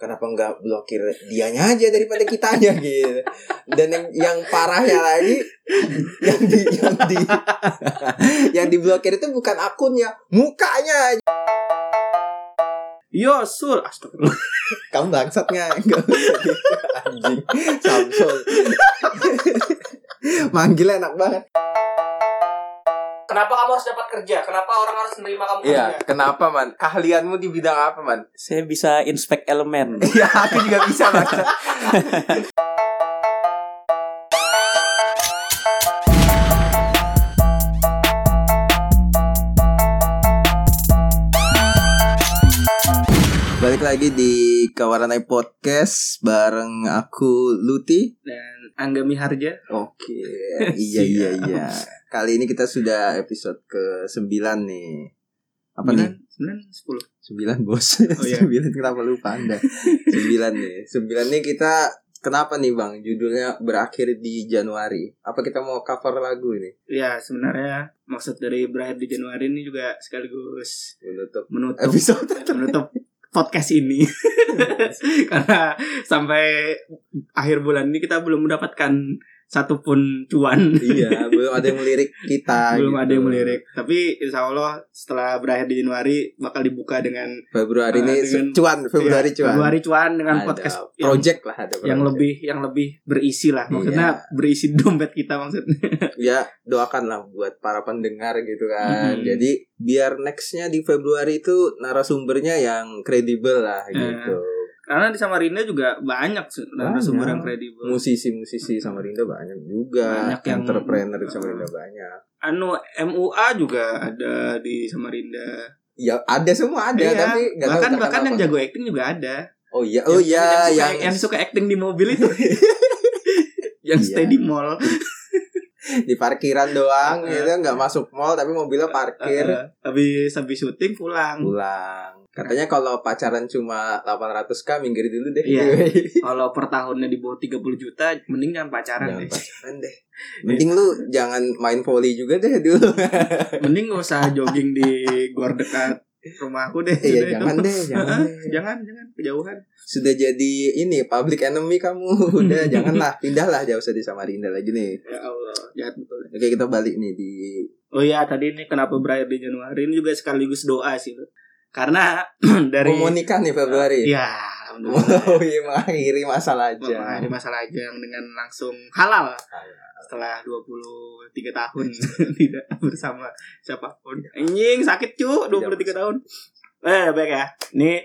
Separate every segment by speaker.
Speaker 1: kenapa nggak blokir dianya aja daripada kitanya gitu dan yang yang parahnya lagi yang di yang di yang diblokir itu bukan akunnya mukanya aja.
Speaker 2: Yo Iya, sul Astagfirullah
Speaker 1: kamu bangsat nggak Nggak usah gitu, anjing Samsul manggilnya enak banget
Speaker 3: Kenapa kamu harus dapat kerja? Kenapa orang harus menerima kamu
Speaker 4: Iya,
Speaker 3: kerja?
Speaker 4: kenapa man? Keahlianmu di bidang apa man?
Speaker 2: Saya bisa inspect elemen
Speaker 4: Iya, aku juga bisa baca.
Speaker 1: balik lagi di Kawaranai Podcast bareng aku Luti
Speaker 2: Dan Angga Miharja
Speaker 1: Oke, iya iya iya. Kali ini kita sudah episode ke 9 nih. Apa nih?
Speaker 2: kan? 9, 10
Speaker 1: 9 bos.
Speaker 2: Oh, iya.
Speaker 1: 9 kenapa lupa Anda? 9 nih. 9 nih kita kenapa nih Bang? Judulnya berakhir di Januari. Apa kita mau cover lagu ini?
Speaker 2: Ya sebenarnya maksud dari berakhir di Januari ini juga sekaligus
Speaker 1: Menutup
Speaker 2: menutup
Speaker 1: episode.
Speaker 2: menutup podcast ini karena sampai akhir bulan ini kita belum mendapatkan satupun cuan
Speaker 1: iya, belum ada yang melirik kita.
Speaker 2: belum
Speaker 1: gitu.
Speaker 2: ada yang melirik tapi insya Allah setelah berakhir di Januari bakal dibuka dengan
Speaker 1: Februari
Speaker 2: Eh,
Speaker 1: ini
Speaker 2: dengan-
Speaker 1: cuan, Februari
Speaker 2: ya,
Speaker 1: cuan.
Speaker 2: Februari cuan dengan
Speaker 1: Ada
Speaker 2: podcast yang,
Speaker 1: project lah ada project.
Speaker 2: yang lebih yang lebih berisi lah maksudnya berisi dompet kita maksudnya
Speaker 1: ya doakanlah buat para pendengar gitu kan.
Speaker 2: Mhm.
Speaker 1: Jadi biar nextnya di Februari itu narasumbernya yang kredibel lah
Speaker 2: Iya.
Speaker 1: gitu.
Speaker 2: karena di Samarinda juga banyak su- narasumber
Speaker 1: Banyak.
Speaker 2: yang kredibel
Speaker 1: Musisi-musisi Samarinda banyak juga.
Speaker 2: Banyak yang-
Speaker 1: entrepreneur di Samarinda banyak.
Speaker 2: anu MUA juga ada di Samarinda
Speaker 1: Ya ada semua ada
Speaker 2: Iya.
Speaker 1: tapi nggak tahu
Speaker 2: bahkan
Speaker 1: tak
Speaker 2: bahkan yang
Speaker 1: kenapa.
Speaker 2: jago acting juga ada
Speaker 1: Oh iya, oh iya
Speaker 2: yang,
Speaker 1: yang,
Speaker 2: suka, yang suka acting di mobil itu yang
Speaker 1: Iya.
Speaker 2: stay di mall
Speaker 1: di parkiran doang
Speaker 2: Eh.
Speaker 1: gitu nggak masuk mall tapi mobilnya parkir.
Speaker 2: Eh, habis habis syuting pulang
Speaker 1: Pulang. Katanya kalau pacaran cuma 800k minggir dulu deh.
Speaker 2: Iya. kalau per tahunnya di bawah 30 juta mending jangan pacaran
Speaker 1: Jangan
Speaker 2: deh.
Speaker 1: pacaran deh. Mending lu jangan main volley juga deh dulu.
Speaker 2: mending gak usah jogging di gor dekat rumahku deh
Speaker 1: Iya
Speaker 2: Sudah itu.
Speaker 1: jangan deh, jangan
Speaker 2: Heeh,
Speaker 1: deh.
Speaker 2: jangan jangan kejauhan
Speaker 1: Sudah jadi ini public enemy kamu. Udah janganlah, pindahlah jauh dari Samarinda lagi nih.
Speaker 2: ya Allah jahat betul ya.
Speaker 1: Oke, kita balik nih di
Speaker 2: oh iya tadi ini kenapa berakhir di Januari ini juga sekaligus doa sih Bro. karena dari
Speaker 1: Mau mau nikah nih Februari.
Speaker 2: ya
Speaker 1: Mau mengakhiri masalah aja.
Speaker 2: ada masalah aja yang dengan langsung halal setelah 23 tahun tidak bersama siapapun anjing sakit cu 23 tahun eh baik ya nih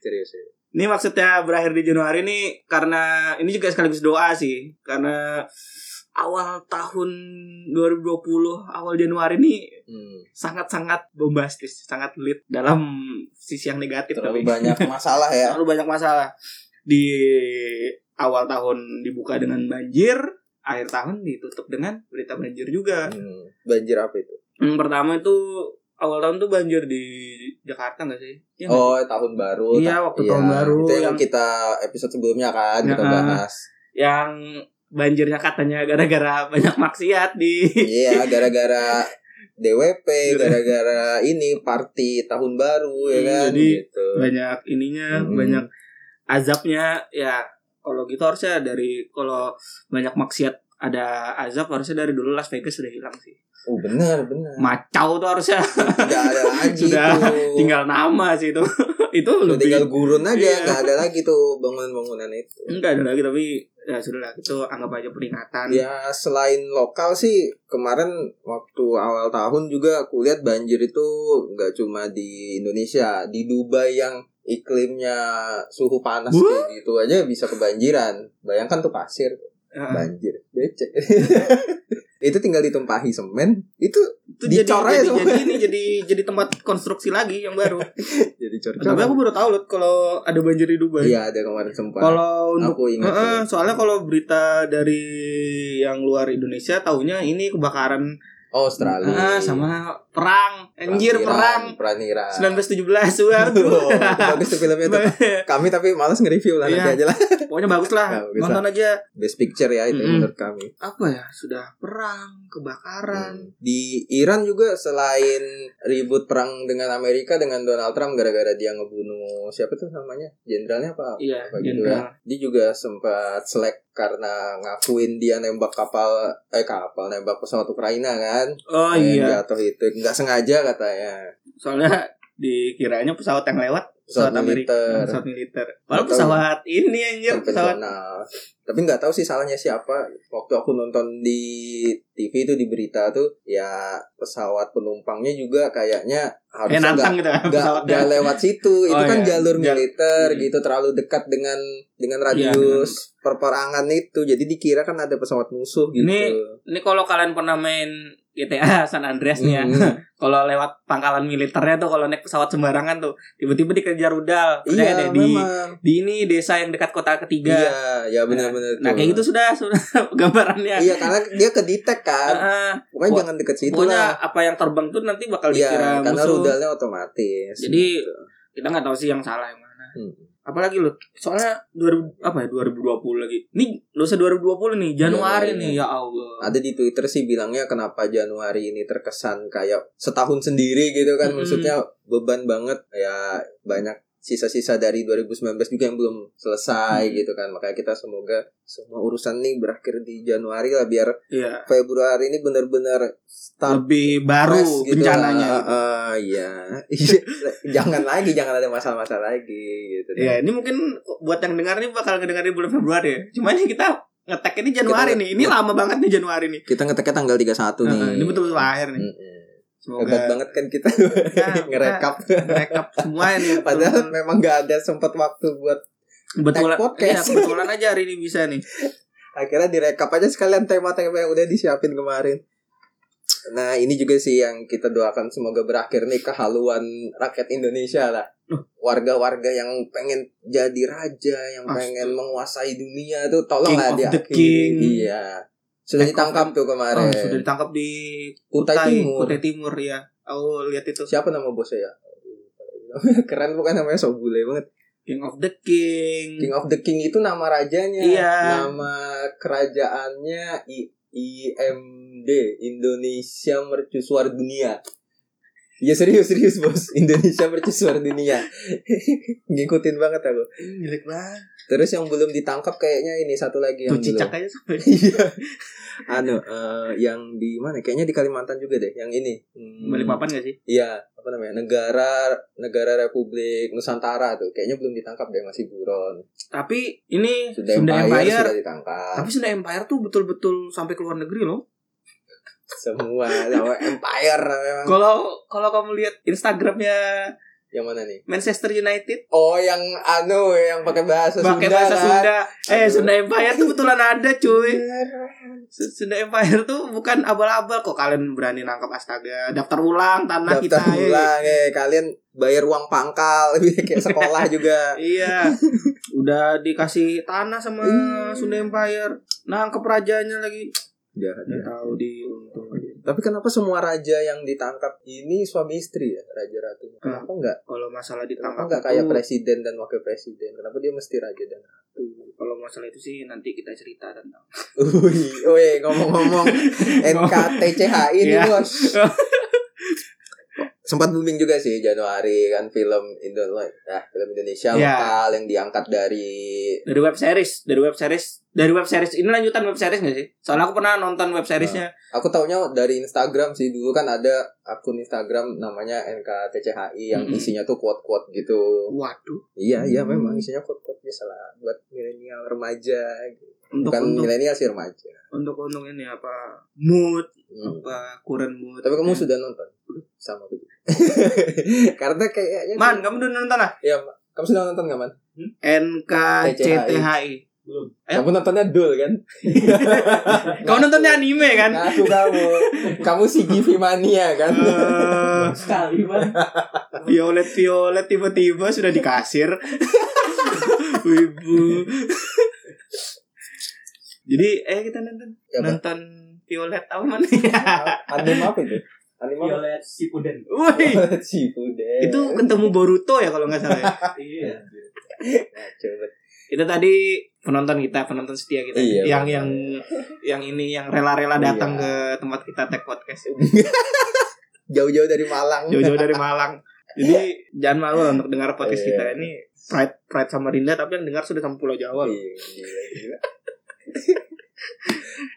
Speaker 1: Serius. ya. serius.
Speaker 2: Ini maksudnya berakhir di Januari ini karena ini juga sekaligus doa sih karena awal tahun 2020 awal Januari ini
Speaker 1: Hmm.
Speaker 2: sangat-sangat bombastis, sangat lit dalam sisi yang negatif
Speaker 1: Terlalu
Speaker 2: Gitu, tapi
Speaker 1: banyak masalah ya.
Speaker 2: terlalu banyak masalah. Di awal tahun dibuka dengan banjir, akhir tahun ditutup dengan berita banjir juga.
Speaker 1: Hmm. Banjir apa itu?
Speaker 2: Yang pertama itu awal tahun tuh banjir di Jakarta nggak sih? Iya nggak
Speaker 1: Oh, tahun baru.
Speaker 2: Iya, waktu tahun baru
Speaker 1: Itu yang
Speaker 2: yang-
Speaker 1: kita episode sebelumnya kan kita
Speaker 2: Ya.
Speaker 1: bahas.
Speaker 2: yang banjirnya katanya gara-gara banyak maksiat di
Speaker 1: Iya, gara-gara DWP, gara-gara ini party tahun baru ya
Speaker 2: Iya,
Speaker 1: kan
Speaker 2: jadi-
Speaker 1: gitu.
Speaker 2: banyak ininya
Speaker 1: Mm-mm.
Speaker 2: banyak azabnya ya kalau gitu harusnya dari kalau banyak maksiat ada azab harusnya dari dulu Las Vegas sudah hilang sih
Speaker 1: Oh, benar, benar.
Speaker 2: macau tuh harusnya
Speaker 1: Oh. Tidak ada lagi
Speaker 2: Sudah
Speaker 1: tuh.
Speaker 2: tinggal nama sih itu itu
Speaker 1: Udah
Speaker 2: lebih
Speaker 1: tinggal gurun aja, kan?
Speaker 2: Iya.
Speaker 1: nggak ada lagi tuh bangunan-bangunan itu.
Speaker 2: enggak ada lagi tapi ya sudah lah itu anggap aja peringatan
Speaker 1: Ya selain lokal sih kemarin waktu awal tahun juga kulihat banjir itu nggak cuma di Indonesia, di Dubai yang iklimnya suhu panas
Speaker 2: Wah.
Speaker 1: kayak gitu aja bisa kebanjiran. Bayangkan tuh pasir.
Speaker 2: Heeh.
Speaker 1: banjir becek itu tinggal ditumpahi semen itu
Speaker 2: itu jadi
Speaker 1: dicor aja
Speaker 2: jadi,
Speaker 1: semua.
Speaker 2: jadi ini jadi jadi tempat konstruksi lagi yang baru
Speaker 1: jadi
Speaker 2: tapi aku
Speaker 1: cor-coran
Speaker 2: baru tahu loh kalau ada banjir di Dubai
Speaker 1: iya ada kemarin sempat
Speaker 2: kalau untuk
Speaker 1: aku ingat
Speaker 2: Heeh, soalnya kalau berita dari yang luar Indonesia taunya ini kebakaran
Speaker 1: oh, Australia
Speaker 2: Ah, sama perang anjir perang
Speaker 1: peraniran
Speaker 2: 1917 war
Speaker 1: Gitu. Tuh, bagus tuh filmnya tuh. kami tapi malas nge-review lah
Speaker 2: Iya.
Speaker 1: nanti aja lah
Speaker 2: Pokoknya bagus lah.
Speaker 1: Bagus lah.
Speaker 2: Nonton aja.
Speaker 1: Best picture ya itu
Speaker 2: Mm-mm.
Speaker 1: menurut kami.
Speaker 2: Apa ya? Sudah perang, kebakaran.
Speaker 1: Di Iran juga selain ribut perang dengan Amerika dengan Donald Trump gara-gara dia ngebunuh siapa tuh namanya? Jenderalnya apa?
Speaker 2: Iya,
Speaker 1: Apa gitu
Speaker 2: jenderal.
Speaker 1: Dia juga sempat selek karena ngakuin dia nembak kapal eh kapal nembak pesawat Ukraina kan.
Speaker 2: Oh
Speaker 1: Yang
Speaker 2: iya.
Speaker 1: Jatuh itu nggak sengaja katanya.
Speaker 2: Soalnya dikiranya pesawat yang lewat pesawat,
Speaker 1: Pesawat
Speaker 2: Amerika,
Speaker 1: militer.
Speaker 2: pesawat militer. Padahal
Speaker 1: Atau-
Speaker 2: pesawat ini anjir, pesawat
Speaker 1: konvensional. Tapi nggak tahu sih salahnya siapa. Waktu aku nonton di TV itu di berita tuh ya pesawat penumpangnya juga kayaknya
Speaker 2: kayak
Speaker 1: harusnya nggak
Speaker 2: nantang gitu
Speaker 1: nggak nggak lewat situ. Itu
Speaker 2: Oh,
Speaker 1: kan
Speaker 2: iya.
Speaker 1: jalur
Speaker 2: Ja-
Speaker 1: militer
Speaker 2: Hmm.
Speaker 1: gitu terlalu dekat dengan dengan
Speaker 2: Iya,
Speaker 1: radius perperangan itu. Jadi dikira kan ada pesawat musuh gitu.
Speaker 2: Ini Ini kalau kalian pernah main GTA San Andreas nih ya.
Speaker 1: Hmm.
Speaker 2: Kalau lewat pangkalan militernya tuh kalau naik pesawat sembarangan tuh tiba-tiba dikejar rudal. Percaya
Speaker 1: Iya,
Speaker 2: deh, di
Speaker 1: memang.
Speaker 2: di ini desa yang dekat kota ketiga.
Speaker 1: Iya, ya benar-benar.
Speaker 2: Nah,
Speaker 1: tuh.
Speaker 2: kayak gitu ya. sudah sudah gambarannya.
Speaker 1: Iya, karena dia kedetek kan.
Speaker 2: Heeh.
Speaker 1: Pokoknya
Speaker 2: Pok-
Speaker 1: jangan deket situ lah.
Speaker 2: pokoknya apa yang terbang tuh nanti bakal
Speaker 1: Iya,
Speaker 2: dikira
Speaker 1: karena
Speaker 2: musuh.
Speaker 1: rudalnya otomatis.
Speaker 2: Jadi kita nggak tahu sih yang salah yang mana.
Speaker 1: Hmm.
Speaker 2: Apalagi loh, soalnya 2000 apa ya 2020 lagi. Nih, nggak usah 2020 nih, Januari
Speaker 1: Januari.
Speaker 2: nih ya Allah.
Speaker 1: ada di Twitter sih bilangnya kenapa Januari ini terkesan kayak setahun sendiri gitu kan
Speaker 2: Mm-mm.
Speaker 1: maksudnya beban banget ya banyak sisa-sisa dari 2019 juga yang belum selesai
Speaker 2: Mm.
Speaker 1: gitu kan makanya kita semoga semua urusan nih berakhir di Januari lah biar
Speaker 2: Iya.
Speaker 1: Februari ini bener-bener start
Speaker 2: Lebih baru
Speaker 1: fresh gitu
Speaker 2: bencananya.
Speaker 1: lah. Ah, iya Iya. jangan lagi jangan ada masalah-masalah lagi gitu
Speaker 2: Ya, ini mungkin buat yang dengar nih bakal ngedengar di bulan Februari ya. Cuma ini kita ngetek ini Januari
Speaker 1: Kita-
Speaker 2: nih. Ini lama banget nih Januari nih.
Speaker 1: kita ngeteknya tanggal 31 nih
Speaker 2: Heeh, Ah, ini betul-betul akhir nih.
Speaker 1: Mm-mm.
Speaker 2: Semoga
Speaker 1: hebat banget kan kita
Speaker 2: Nah,
Speaker 1: ngerekap
Speaker 2: rekap semua ya ini. Hmm.
Speaker 1: Padahal memang nggak ada sempat waktu buat
Speaker 2: kebetulan
Speaker 1: tag podcast.
Speaker 2: iya, kebetulan aja hari ini bisa nih.
Speaker 1: akhirnya direkap aja sekalian tema-tema yang udah disiapin kemarin. Nah ini juga sih yang kita doakan semoga berakhir nih kehaluan rakyat Indonesia lah. Warga-warga yang pengen jadi raja, yang
Speaker 2: Astaga.
Speaker 1: pengen menguasai dunia tuh tolonglah
Speaker 2: King
Speaker 1: dia.
Speaker 2: of the king.
Speaker 1: Iya. Sudah
Speaker 2: King of
Speaker 1: ditangkap tuh
Speaker 2: Oh,
Speaker 1: kemarin.
Speaker 2: sudah ditangkap di
Speaker 1: Kutai Timur.
Speaker 2: Kutai Timur ya. Aku lihat itu
Speaker 1: Siapa nama bosnya ya? Keren bukan namanya Sobule banget.
Speaker 2: King of the King.
Speaker 1: King of the King itu nama rajanya.
Speaker 2: Iya.
Speaker 1: Nama kerajaannya I- IMD Indonesia Mercusuar Dunia. Iya serius serius bos Indonesia Mercusuar Dunia. Ngikutin banget aku.
Speaker 2: Jelek banget.
Speaker 1: Terus yang belum ditangkap kayaknya ini satu lagi yang
Speaker 2: Tuh cicak
Speaker 1: belum.
Speaker 2: aja sampai.
Speaker 1: Iya. anu eh, yang di mana? Kayaknya di Kalimantan juga deh. Yang ini. Hmm,
Speaker 2: Balik papan gak sih?
Speaker 1: Iya apa namanya negara negara Republik Nusantara tuh kayaknya belum ditangkap deh masih buron.
Speaker 2: Tapi ini
Speaker 1: Sunda
Speaker 2: Sunda
Speaker 1: Empire,
Speaker 2: Empire.
Speaker 1: sudah ditangkap.
Speaker 2: Tapi Sunda Empire tuh betul-betul sampai ke luar negeri loh.
Speaker 1: semua sama empire memang
Speaker 2: Kalau kalau kamu lihat Instagramnya
Speaker 1: yang mana nih
Speaker 2: Manchester United
Speaker 1: oh yang anu yang pakai bahasa
Speaker 2: pakai
Speaker 1: Sunda
Speaker 2: bahasa
Speaker 1: kan?
Speaker 2: Sunda. Eh
Speaker 1: Aduh.
Speaker 2: Sunda Empire tuh betulan ada cuy. S- Sunda Empire tuh bukan abal-abal kok kalian berani nangkap astaga. Daftar ulang tanah
Speaker 1: daftar
Speaker 2: kita. eh.
Speaker 1: ulang eh kalian bayar uang pangkal kayak sekolah juga
Speaker 2: Iya. Udah dikasih tanah sama
Speaker 1: Iya.
Speaker 2: Sunda Empire. Nangkep rajanya lagi.
Speaker 1: Jahat, jahat.
Speaker 2: Nggak tahu diuntung aja.
Speaker 1: tapi kenapa semua raja yang ditangkap ini suami istri ya raja ratu
Speaker 2: Kenapa?
Speaker 1: kenapa enggak
Speaker 2: Kalau masalah
Speaker 1: kenapa
Speaker 2: ditangkap
Speaker 1: enggak
Speaker 2: itu-
Speaker 1: kayak presiden dan wakil presiden kenapa dia mesti raja dan
Speaker 2: Tuh, kalau masalah itu sih nanti kita cerita tentang
Speaker 1: Ui, ui, ngomong-ngomong NKTCHI ini
Speaker 2: Iya.
Speaker 1: bos. Sempat booming juga sih Januari kan film Indonesia, nah, film Indonesia
Speaker 2: Iya.
Speaker 1: lokal yang diangkat dari
Speaker 2: dari web series, dari web series, dari web series ini lanjutan web series gak sih? Soalnya aku pernah nonton web seriesnya.
Speaker 1: aku taunya dari Instagram sih dulu kan ada akun Instagram namanya NKTCHI yang
Speaker 2: Mm-mm.
Speaker 1: isinya tuh quote-quote gitu.
Speaker 2: Waduh,
Speaker 1: Iya, iya
Speaker 2: Hmm.
Speaker 1: memang isinya quote-quote biasa lah buat milenial remaja.
Speaker 2: untuk
Speaker 1: Bukan
Speaker 2: untuk
Speaker 1: milenial sih remaja.
Speaker 2: untuk untuk ini apa mood
Speaker 1: Hmm.
Speaker 2: apa current mood.
Speaker 1: Tapi kamu
Speaker 2: Ya.
Speaker 1: sudah nonton sama aku. juga. Karena kayaknya
Speaker 2: Man, kamu udah nonton lah?
Speaker 1: Iya, Pak. kamu sudah nonton nggak, Man?
Speaker 2: NKCTHI. Ayo.
Speaker 1: Kamu nontonnya Dul kan?
Speaker 2: Kamu nontonnya anime kan?
Speaker 1: Ngaku Nah, kamu. Kamu si Givi mania kan?
Speaker 2: Eh,
Speaker 3: Sekali banget.
Speaker 2: violet violet tiba-tiba sudah di kasir. Wibu. Jadi, eh kita nonton
Speaker 1: Ya, Pak.
Speaker 2: nonton violet apa mana?
Speaker 1: Anime apa itu? Anime apa?
Speaker 3: Violet Sipuden.
Speaker 2: Woi,
Speaker 1: Si Bude.
Speaker 2: itu
Speaker 1: Iya.
Speaker 2: ketemu Boruto ya kalau nggak salah. ya.
Speaker 3: Iya.
Speaker 1: Nah, coba.
Speaker 2: itu tadi penonton kita, penonton setia kita.
Speaker 1: Iya,
Speaker 2: yang
Speaker 1: benar.
Speaker 2: yang yang ini yang rela-rela datang
Speaker 1: Iya.
Speaker 2: ke tempat kita tag podcast
Speaker 1: Jauh-jauh dari Malang.
Speaker 2: jauh-jauh dari Malang. Jadi jangan malu lah untuk dengar podcast
Speaker 1: Iya.
Speaker 2: kita ini Pride Pride sama Rinda tapi yang dengar sudah sampai Pulau Jawa. loh.
Speaker 1: Iya, gila, gila.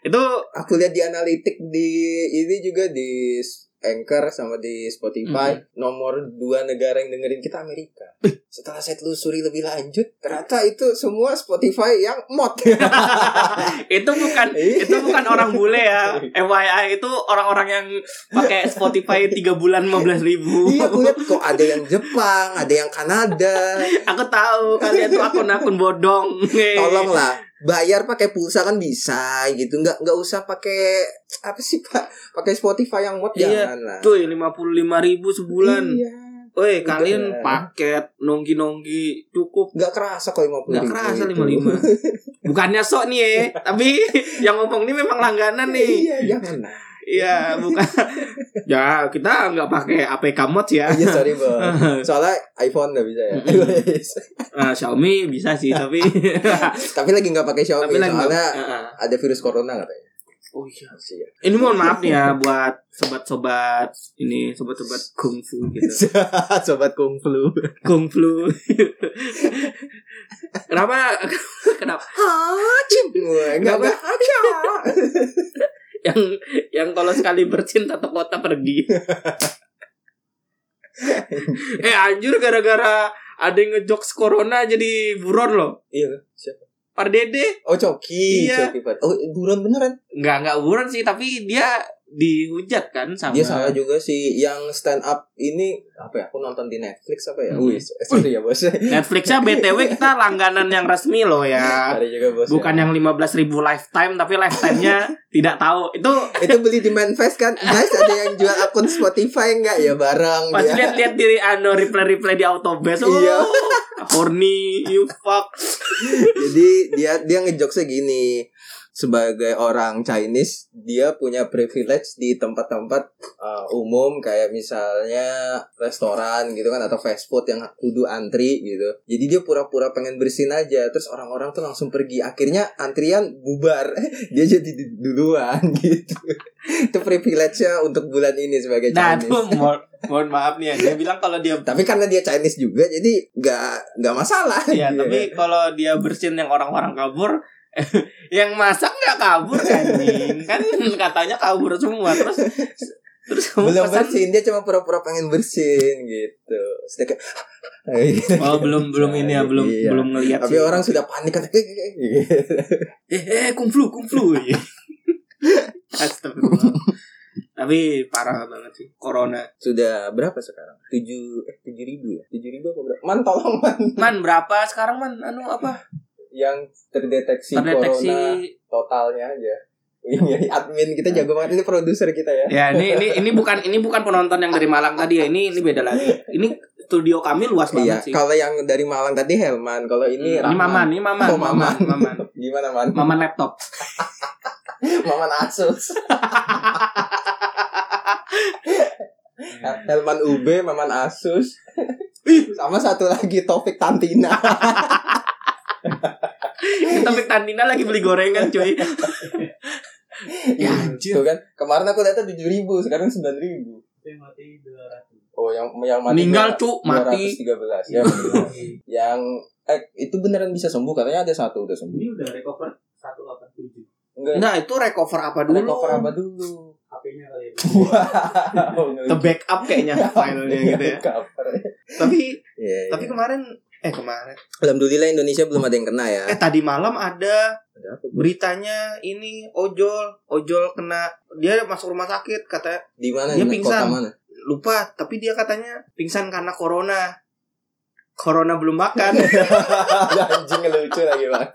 Speaker 2: Itu
Speaker 1: Aku lihat di analitik di ini juga di Anchor sama di Spotify
Speaker 2: Hmm.
Speaker 1: nomor dua negara yang dengerin kita Amerika. Setelah saya telusuri lebih lanjut, ternyata itu semua Spotify yang mod. Iya,
Speaker 2: itu bukan itu bukan orang bule ya. FYI itu orang-orang yang pakai Spotify 3 bulan 15 ribu.
Speaker 1: Iya, aku lihat kok ada yang Jepang, ada yang Kanada.
Speaker 2: Aku tahu kalian tuh akun-akun bodong.
Speaker 1: Tolonglah, bayar pakai pulsa kan bisa gitu. Nggak nggak usah pakai apa sih Pak? Pakai Spotify yang mod
Speaker 2: Iya,
Speaker 1: jangan lah.
Speaker 2: Cuy, 55 ribu sebulan.
Speaker 1: Iya.
Speaker 2: Woi,
Speaker 1: Udah.
Speaker 2: kalian paket nongki-nongki cukup.
Speaker 1: Nggak kerasa kok 50
Speaker 2: Nggak kerasa 55. Bukannya sok nih ya, tapi yang ngomong ini memang langganan nih.
Speaker 1: Iya, jangan lah.
Speaker 2: Iya, bukan. Ya, kita nggak pakai APK mod ya.
Speaker 1: Iya, sorry, Bang. Soalnya iPhone nggak bisa ya.
Speaker 2: Eh, Xiaomi bisa sih, tapi
Speaker 1: Tapi lagi nggak pakai Xiaomi
Speaker 2: tapi lagi nggak-
Speaker 1: soalnya
Speaker 2: Heeh.
Speaker 1: ada virus corona katanya.
Speaker 2: Oh iya.
Speaker 1: Sih, ya.
Speaker 2: Ini mohon maaf nih ya buat sobat-sobat ini, sobat-sobat kungfu gitu.
Speaker 1: Sobat kung flu.
Speaker 2: Kung flu. kenapa? kenapa?
Speaker 1: Hacim. Wah, Ah, Nggak
Speaker 2: Kenapa?
Speaker 1: nggak.
Speaker 2: Yang yang kalau sekali bercinta tetap kota pergi. eh anjur gara-gara ada yang ngejokes corona jadi buron loh.
Speaker 1: Iya. siapa?
Speaker 2: Pardede
Speaker 1: Oh, Coki.
Speaker 2: Iya.
Speaker 1: Coki Pad- Oh, buron beneran.
Speaker 2: nggak nggak buron sih tapi dia dihujat kan sama
Speaker 1: Dia salah juga sih yang stand up ini apa ya? Aku nonton di Netflix apa ya?
Speaker 2: Hmm.
Speaker 1: Wih, sorry ya bos.
Speaker 2: Netflixnya BTW kita langganan yang resmi loh ya.
Speaker 1: Ada juga bos.
Speaker 2: Bukan yang 15.000 ribu lifetime Tapi lifetime-nya tidak tahu Itu
Speaker 1: itu beli di Manfest kan guys ada yang jual akun Spotify enggak ya bareng
Speaker 2: pas
Speaker 1: dia
Speaker 2: lihat-lihat di ano, replay-replay di autobase oh,
Speaker 1: Iya.
Speaker 2: Horny You fuck
Speaker 1: jadi dia dia ngejokesnya gini sebagai orang Chinese dia punya privilege di tempat-tempat uh, umum kayak misalnya restoran gitu kan atau fast food yang kudu antri gitu jadi dia pura-pura pengen bersin aja terus orang-orang tuh langsung pergi akhirnya antrian bubar dia jadi di- duluan gitu itu privilege-nya untuk bulan ini sebagai
Speaker 2: Nah
Speaker 1: Chinese
Speaker 2: itu mo- mohon maaf nih ya Dia bilang kalau dia
Speaker 1: tapi karena dia Chinese juga jadi nggak nggak masalah
Speaker 2: ya,
Speaker 1: Iya.
Speaker 2: Tapi kalau dia bersin yang orang-orang kabur Yang masak nggak kabur kan Kan katanya kabur semua Terus Terus kamu
Speaker 1: belum
Speaker 2: pesan
Speaker 1: bersin dia cuma pura-pura pengen bersin gitu sedangkan gitu.
Speaker 2: Oh belum belum ini ya belum
Speaker 1: Iya.
Speaker 2: belum ngelihat
Speaker 1: tapi
Speaker 2: sih.
Speaker 1: orang sudah panik kan
Speaker 2: eh, eh kumflu kumflu Astagfirullah tapi parah banget sih corona
Speaker 1: sudah berapa sekarang tujuh eh tujuh ribu ya tujuh ribu apa berapa man tolong man
Speaker 2: man berapa sekarang man anu apa
Speaker 1: yang terdeteksi,
Speaker 2: terdeteksi
Speaker 1: corona totalnya aja ini admin kita jago banget ini produser kita ya
Speaker 2: ya ini ini ini bukan ini bukan penonton yang dari Malang tadi ya ini ini beda lagi ini studio kami luas
Speaker 1: iya
Speaker 2: banget sih
Speaker 1: kalau yang dari Malang tadi Helman kalau ini
Speaker 2: ini maman ini maman
Speaker 1: Oh,
Speaker 2: maman
Speaker 1: Maman.
Speaker 2: maman
Speaker 1: gimana man
Speaker 2: maman laptop
Speaker 1: Maman Asus
Speaker 2: Iya.
Speaker 1: Helman UB, Maman Asus Sama satu lagi Topik Tantina
Speaker 2: tapi Tandina lagi beli gorengan cuy ya anjir
Speaker 1: Tuh kan Kemarin aku lihatnya 7 ribu Sekarang 9 ribu Oh yang yang mati
Speaker 2: meninggal cu
Speaker 1: 213
Speaker 2: mati
Speaker 1: ya, meninggal. Yang Eh itu beneran bisa sembuh Katanya ada satu udah sembuh
Speaker 3: udah recover 187
Speaker 1: Enggak
Speaker 2: nah itu recover apa dulu
Speaker 1: Recover apa dulu
Speaker 3: HP-nya kali ya.
Speaker 1: Wow
Speaker 2: the backup kayaknya filenya gitu ya.
Speaker 1: Cover.
Speaker 2: Tapi
Speaker 1: Iya, iya.
Speaker 2: tapi kemarin eh kemarin
Speaker 1: Alhamdulillah Indonesia belum ada yang kena ya
Speaker 2: eh tadi malam ada
Speaker 1: Ada apa?
Speaker 2: beritanya ini ojol ojol kena dia masuk rumah sakit katanya
Speaker 1: Di mana?
Speaker 2: Dia
Speaker 1: Di
Speaker 2: pingsan.
Speaker 1: kota mana?
Speaker 2: lupa tapi dia katanya pingsan karena corona. Corona belum makan.
Speaker 1: Ada anjing lucu lagi bang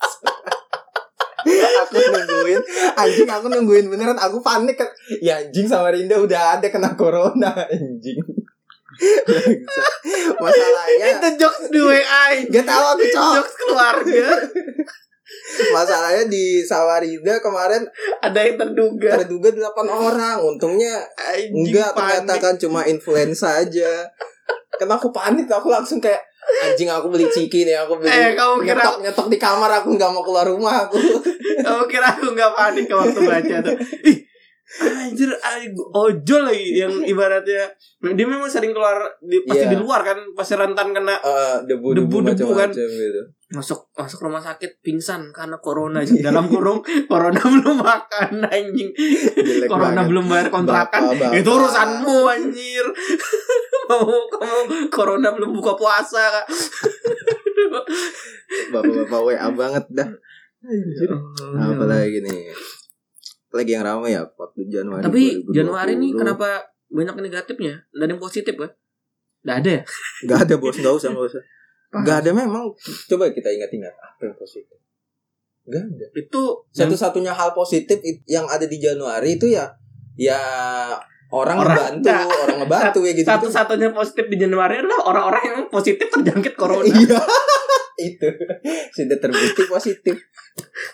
Speaker 1: aku nungguin anjing aku nungguin beneran aku panik kan ya anjing sama Rinda udah ada kena corona anjing masalahnya
Speaker 2: Itu jokes di WA.
Speaker 1: gak tahu aku cowok
Speaker 2: Jokes keluarga
Speaker 1: masalahnya di Samarinda kemarin
Speaker 2: ada yang terduga.
Speaker 1: terduga 8 orang untungnya
Speaker 2: Anjing,
Speaker 1: enggak
Speaker 2: panik.
Speaker 1: ternyata kan cuma influenza aja karena aku panik aku langsung kayak anjing aku beli ciki nih aku beli
Speaker 2: Eh, kamu kira-
Speaker 1: nyetok nyetok di kamar aku nggak mau keluar rumah aku
Speaker 2: Kamu kira aku nggak panik waktu baca tuh? Ih, anjir ay, ojol lagi yang ibaratnya dia memang sering keluar di, pasti
Speaker 1: Iya.
Speaker 2: di luar kan pasti rentan kena
Speaker 1: Eh, debu debu,
Speaker 2: Debu-debu kan.
Speaker 1: macam-macam gitu
Speaker 2: masuk masuk rumah sakit pingsan karena corona dalam kurung corona belum makan anjing
Speaker 1: Jelek
Speaker 2: corona
Speaker 1: banget.
Speaker 2: belum bayar kontrakan
Speaker 1: Bapak-bapak.
Speaker 2: itu urusanmu anjir mau kamu corona belum buka puasa Kak.
Speaker 1: bapak-bapak WA banget dah
Speaker 2: Ya
Speaker 1: Nah,
Speaker 2: Allah.
Speaker 1: apalagi nih lagi yang ramai ya waktu Januari
Speaker 2: tapi Januari nih
Speaker 1: 2020.
Speaker 2: kenapa banyak negatifnya nggak ada yang positif kan nggak ada ya
Speaker 1: Gak ada bos, gak usah, gak usah. Gak ada memang. Coba kita ingat-ingat apa yang positif. Gak ada.
Speaker 2: itu
Speaker 1: Satu-satunya hal positif it- yang ada di Januari itu ya, ya orang,
Speaker 2: Orang
Speaker 1: ngebantu,
Speaker 2: enggak.
Speaker 1: orang ngebantu ya gitu.
Speaker 2: satu-satunya positif di Januari adalah orang-orang yang positif terjangkit corona
Speaker 1: Iya. itu sudah terbukti positif.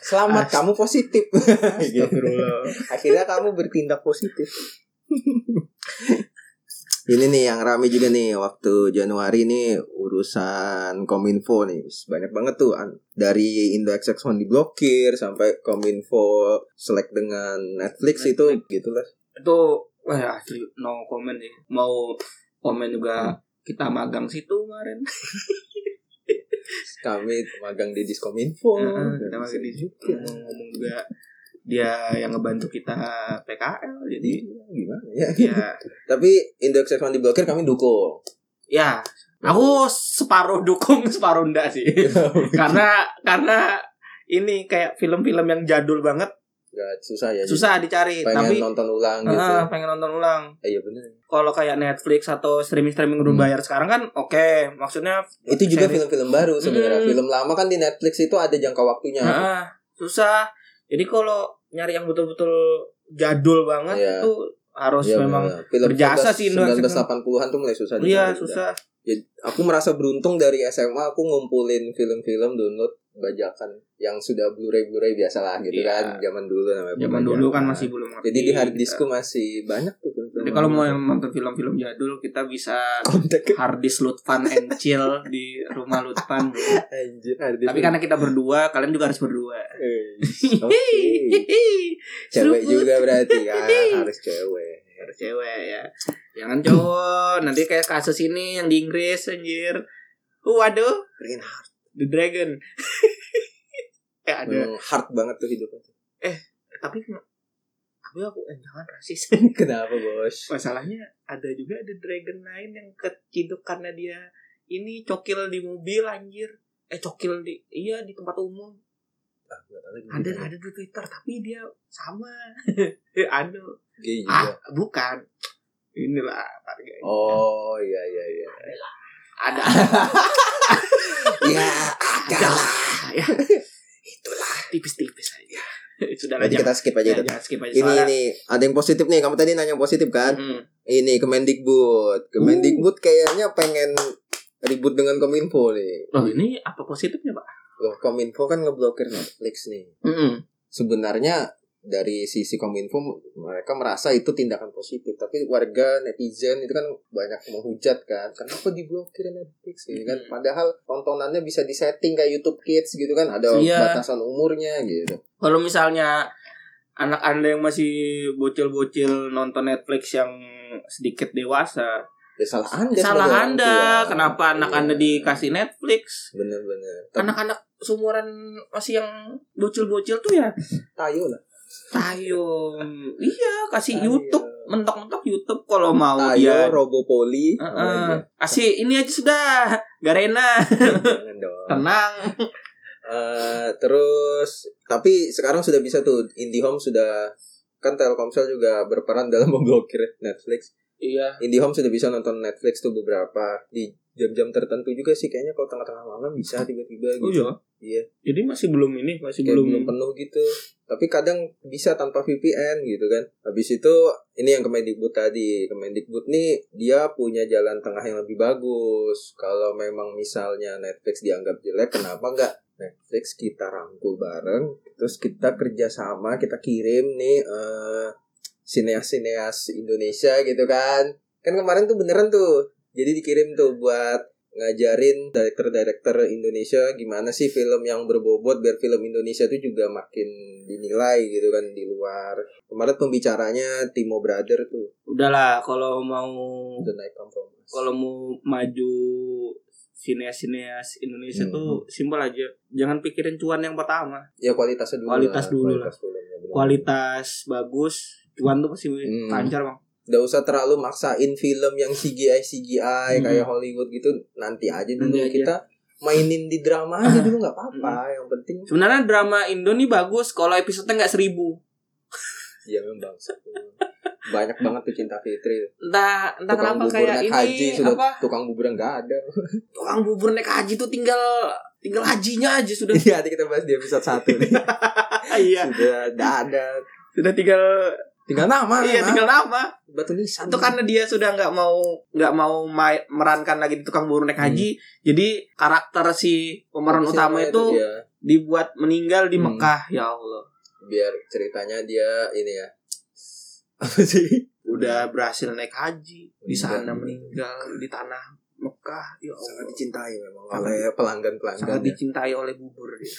Speaker 1: Selamat
Speaker 2: Ast-
Speaker 1: kamu positif. Gitu.
Speaker 2: Astagfirullah.
Speaker 1: Akhirnya kamu bertindak positif. Ini nih yang rame juga nih waktu Januari nih urusan Kominfo nih Wis, banyak banget tuh an- dari Indo XXOne diblokir sampai Kominfo selek dengan Netflix itu gitu lah.
Speaker 2: itu wah asli no comment sih mau komen juga kita magang situ kemarin
Speaker 1: Kami magang di Diskominfo.
Speaker 2: Heeh, kita magang di- ngomong-ngomong juga dia yang ngebantu kita PKL jadi
Speaker 1: Iya, Gimana ya?
Speaker 2: ya
Speaker 1: Tapi Indo XXOne diblokir kami dukung.
Speaker 2: ya aku separuh dukung separuh enggak sih karena karena ini kayak film-film yang jadul banget
Speaker 1: Gak susah ya.
Speaker 2: susah dicari
Speaker 1: Pengen
Speaker 2: tapi
Speaker 1: nonton ulang gitu.
Speaker 2: ah, pengen nonton ulang
Speaker 1: Eh, Iya bener.
Speaker 2: kalau kayak Netflix atau streaming streaming udah
Speaker 1: Hmm.
Speaker 2: bayar sekarang kan oke maksudnya
Speaker 1: itu juga
Speaker 2: Series.
Speaker 1: film-film baru sebenarnya
Speaker 2: Mm.
Speaker 1: film lama kan di Netflix itu ada jangka waktunya
Speaker 2: ah, susah jadi kalau nyari yang betul-betul jadul banget
Speaker 1: Iya.
Speaker 2: itu harus
Speaker 1: Iya,
Speaker 2: memang
Speaker 1: bener. film
Speaker 2: berjasa sih Indo
Speaker 1: 1980-an tuh mulai susah
Speaker 2: iya
Speaker 1: dicari.
Speaker 2: susah
Speaker 1: Ya, aku merasa beruntung dari SMA aku ngumpulin film-film download bajakan yang sudah Blu-ray Bluray biasa lah gitu
Speaker 2: Iya.
Speaker 1: kan zaman dulu namanya
Speaker 2: zaman
Speaker 1: pembajakan.
Speaker 2: dulu kan masih belum ngerti
Speaker 1: Iya. jadi di hard
Speaker 2: kita.
Speaker 1: diskku masih banyak tuh film-film
Speaker 2: jadi kalau mau
Speaker 1: yang
Speaker 2: nonton film-film jadul kita bisa
Speaker 1: kontak
Speaker 2: harddisk Lutfan and chill di rumah Lutfan
Speaker 1: anjir hard disk.
Speaker 2: tapi kan karena kita berdua kalian juga harus berdua
Speaker 1: Eh, Oke. cewek
Speaker 2: Seruput.
Speaker 1: juga berarti kan harus cewek
Speaker 2: harus cewek ya jangan cowok nanti kayak kasus ini yang di Inggris anjir "Oh, waduh
Speaker 1: Reinhardt
Speaker 2: The Dragon eh ada
Speaker 1: memang hard banget tuh hidupnya
Speaker 2: tapi tapi aku eh, jangan rasis
Speaker 1: kenapa bos
Speaker 2: masalahnya ada juga The Dragon lain yang keciduk karena dia ini cokil di mobil anjir eh cokil di iya di tempat umum ada
Speaker 1: Hmm.
Speaker 2: ada di Twitter tapi dia sama aduh
Speaker 1: Gay juga.
Speaker 2: ah bukan inilah harganya
Speaker 1: Oh iya iya iya.
Speaker 2: ada
Speaker 1: Iya
Speaker 2: ada lah ya itulah Ya. tipis-tipis aja sudah lah
Speaker 1: Nanti
Speaker 2: jangan
Speaker 1: kita skip aja
Speaker 2: jangan,
Speaker 1: itu.
Speaker 2: jangan skip aja
Speaker 1: Ini
Speaker 2: Iya, soalnya Hmm.
Speaker 1: ini ada yang positif nih. Kamu tadi nanya yang positif kan?
Speaker 2: Mm-mm.
Speaker 1: Ini Kemendikbud. Kemendikbud kayaknya pengen ribut dengan Kominfo nih.
Speaker 2: Loh, Oh, ini apa positifnya pak
Speaker 1: Loh, Kominfo kan ngeblokir Netflix nih. Sebenarnya dari sisi Kominfo mereka merasa itu tindakan positif, tapi warga netizen itu kan banyak menghujat kan. Kenapa diblokir Netflix ini kan?
Speaker 2: Hmm.
Speaker 1: Padahal tontonannya bisa disetting kayak YouTube Kids gitu kan, ada
Speaker 2: Iya.
Speaker 1: batasan umurnya gitu.
Speaker 2: kalau misalnya anak anda yang masih bocil-bocil nonton Netflix yang sedikit dewasa
Speaker 1: Ya, salah anda sebagai
Speaker 2: salah
Speaker 1: orang
Speaker 2: anda
Speaker 1: tua.
Speaker 2: kenapa anak
Speaker 1: Iya.
Speaker 2: anda dikasih Netflix
Speaker 1: bener-bener anak
Speaker 2: anak-anak seumuran masih yang bocil-bocil tuh ya
Speaker 1: tayo lah
Speaker 2: tayung iya kasih
Speaker 1: Tayo.
Speaker 2: YouTube mentok-mentok YouTube kalau mau
Speaker 1: tayo Oh,
Speaker 2: dia
Speaker 1: robopoli
Speaker 2: Heeh.
Speaker 1: Apa aja?
Speaker 2: Kasih ini aja sudah, Garena.
Speaker 1: Jangan dong.
Speaker 2: Tenang.
Speaker 1: Eh, terus tapi sekarang sudah bisa tuh IndiHome sudah kan Telkomsel juga berperan dalam memblokir Netflix
Speaker 2: Iya.
Speaker 1: IndiHome sudah bisa nonton Netflix tuh beberapa di jam-jam tertentu juga sih kayaknya kalau tengah-tengah malam bisa tiba-tiba
Speaker 2: Oh
Speaker 1: gitu
Speaker 2: iya.
Speaker 1: Iya.
Speaker 2: Jadi masih belum ini, masih
Speaker 1: Kayak
Speaker 2: belum,
Speaker 1: belum penuh gitu tapi kadang bisa tanpa VPN gitu kan habis itu ini yang Kemendikbud tadi Kemendikbud nih dia punya jalan tengah yang lebih bagus kalau memang misalnya Netflix dianggap jelek kenapa enggak Netflix kita rangkul bareng terus kita kerjasama kita kirim nih eh, sineas-sineas Indonesia gitu kan kan kemarin tuh beneran tuh jadi dikirim tuh buat ngajarin director-director Indonesia gimana sih film yang berbobot biar film Indonesia itu juga makin dinilai gitu kan di luar. Kemarin pembicaranya Timo Brother tuh
Speaker 2: Udahlah kalau mau
Speaker 1: The Night Compromise.
Speaker 2: kalau mau maju sineas-sineas Indonesia
Speaker 1: Hmm.
Speaker 2: tuh simpel aja. Jangan pikirin cuan yang pertama.
Speaker 1: ya kualitasnya dulu.
Speaker 2: Kualitas dulu
Speaker 1: kualitas filmnya, benar.
Speaker 2: Kualitas bagus, cuan tuh pasti
Speaker 1: Hmm.
Speaker 2: lancar, Bang.
Speaker 1: Nggak usah terlalu maksain film yang CGI CGI kayak Hollywood gitu nanti aja dulu
Speaker 2: Hmm. Nanti aja. Hmm.
Speaker 1: kita mainin di drama aja dulu nggak apa-apa yang penting
Speaker 2: Sebenarnya drama Indo nih bagus kalau episodenya nggak seribu.
Speaker 1: dia ya memang satu. banyak banget tuh cinta Fitri
Speaker 2: Entah entah
Speaker 1: tukang
Speaker 2: kenapa
Speaker 1: bubur
Speaker 2: kayak
Speaker 1: naik
Speaker 2: ini
Speaker 1: haji sudah
Speaker 2: apa
Speaker 1: tukang bubur nggak ada
Speaker 2: tukang bubur naik haji tuh tinggal tinggal hajinya aja sudah.
Speaker 1: Iya, nanti kita bahas di episode 1 nih.
Speaker 2: iya,
Speaker 1: Sudah nggak ada.
Speaker 2: sudah tinggal
Speaker 1: Tinggal nama.
Speaker 2: iya
Speaker 1: nama.
Speaker 2: tinggal nama.
Speaker 1: batu nisan.
Speaker 2: Itu kan karena dia sudah nggak mau nggak mau ma- merankan lagi di tukang bubur naik haji. Jadi karakter Hmm. si pemeran
Speaker 1: Fokusnya
Speaker 2: utama
Speaker 1: sama
Speaker 2: itu
Speaker 1: dia.
Speaker 2: dibuat meninggal di
Speaker 1: Hmm.
Speaker 2: Mekah ya Allah.
Speaker 1: biar ceritanya dia ini ya. Apa sih?
Speaker 2: Udah berhasil naik haji Hmm. di sana
Speaker 1: Meninggal.
Speaker 2: meninggal di tanah Mekah ya
Speaker 1: Sangat
Speaker 2: Allah.
Speaker 1: dicintai memang oleh ya? pelanggan-pelanggan. ya.
Speaker 2: Sangat dicintai oleh bubur dia.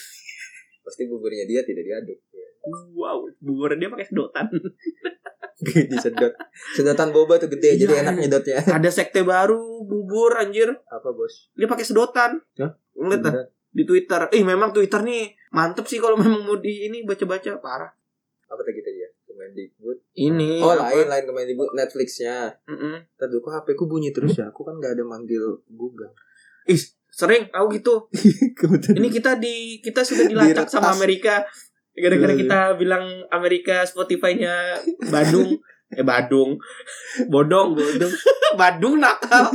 Speaker 1: Pasti buburnya dia tidak diaduk. Ya.
Speaker 2: Wow, bubur dia pakai sedotan.
Speaker 1: Disedot. Sedotan boba tuh gede jadi
Speaker 2: Iya.
Speaker 1: enak nyedotnya.
Speaker 2: Ada sekte baru bubur anjir.
Speaker 1: Apa, Bos?
Speaker 2: Dia pakai sedotan.
Speaker 1: Hah?
Speaker 2: Ngeliat dah
Speaker 1: Beneran.
Speaker 2: di Twitter. Ih, memang Twitter nih mantep sih kalau memang mau di ini baca-baca parah.
Speaker 1: Apa tadi kita ya? Kemendikbud.
Speaker 2: Ini
Speaker 1: Oh,
Speaker 2: Iya, apa?
Speaker 1: lain lain Kemendikbud Netflix-nya.
Speaker 2: Mm-mm.
Speaker 1: Tadi kok HP ku bunyi terus ya. Aku kan nggak ada manggil Google.
Speaker 2: Ih, sering aku gitu.
Speaker 1: Kebetulan.
Speaker 2: Ini kita di kita sudah dilacak
Speaker 1: Diretas.
Speaker 2: sama Amerika gara-gara
Speaker 1: Iya, iya.
Speaker 2: kita bilang Amerika Spotify-nya Badung eh Badung bodong bodong Badung nakal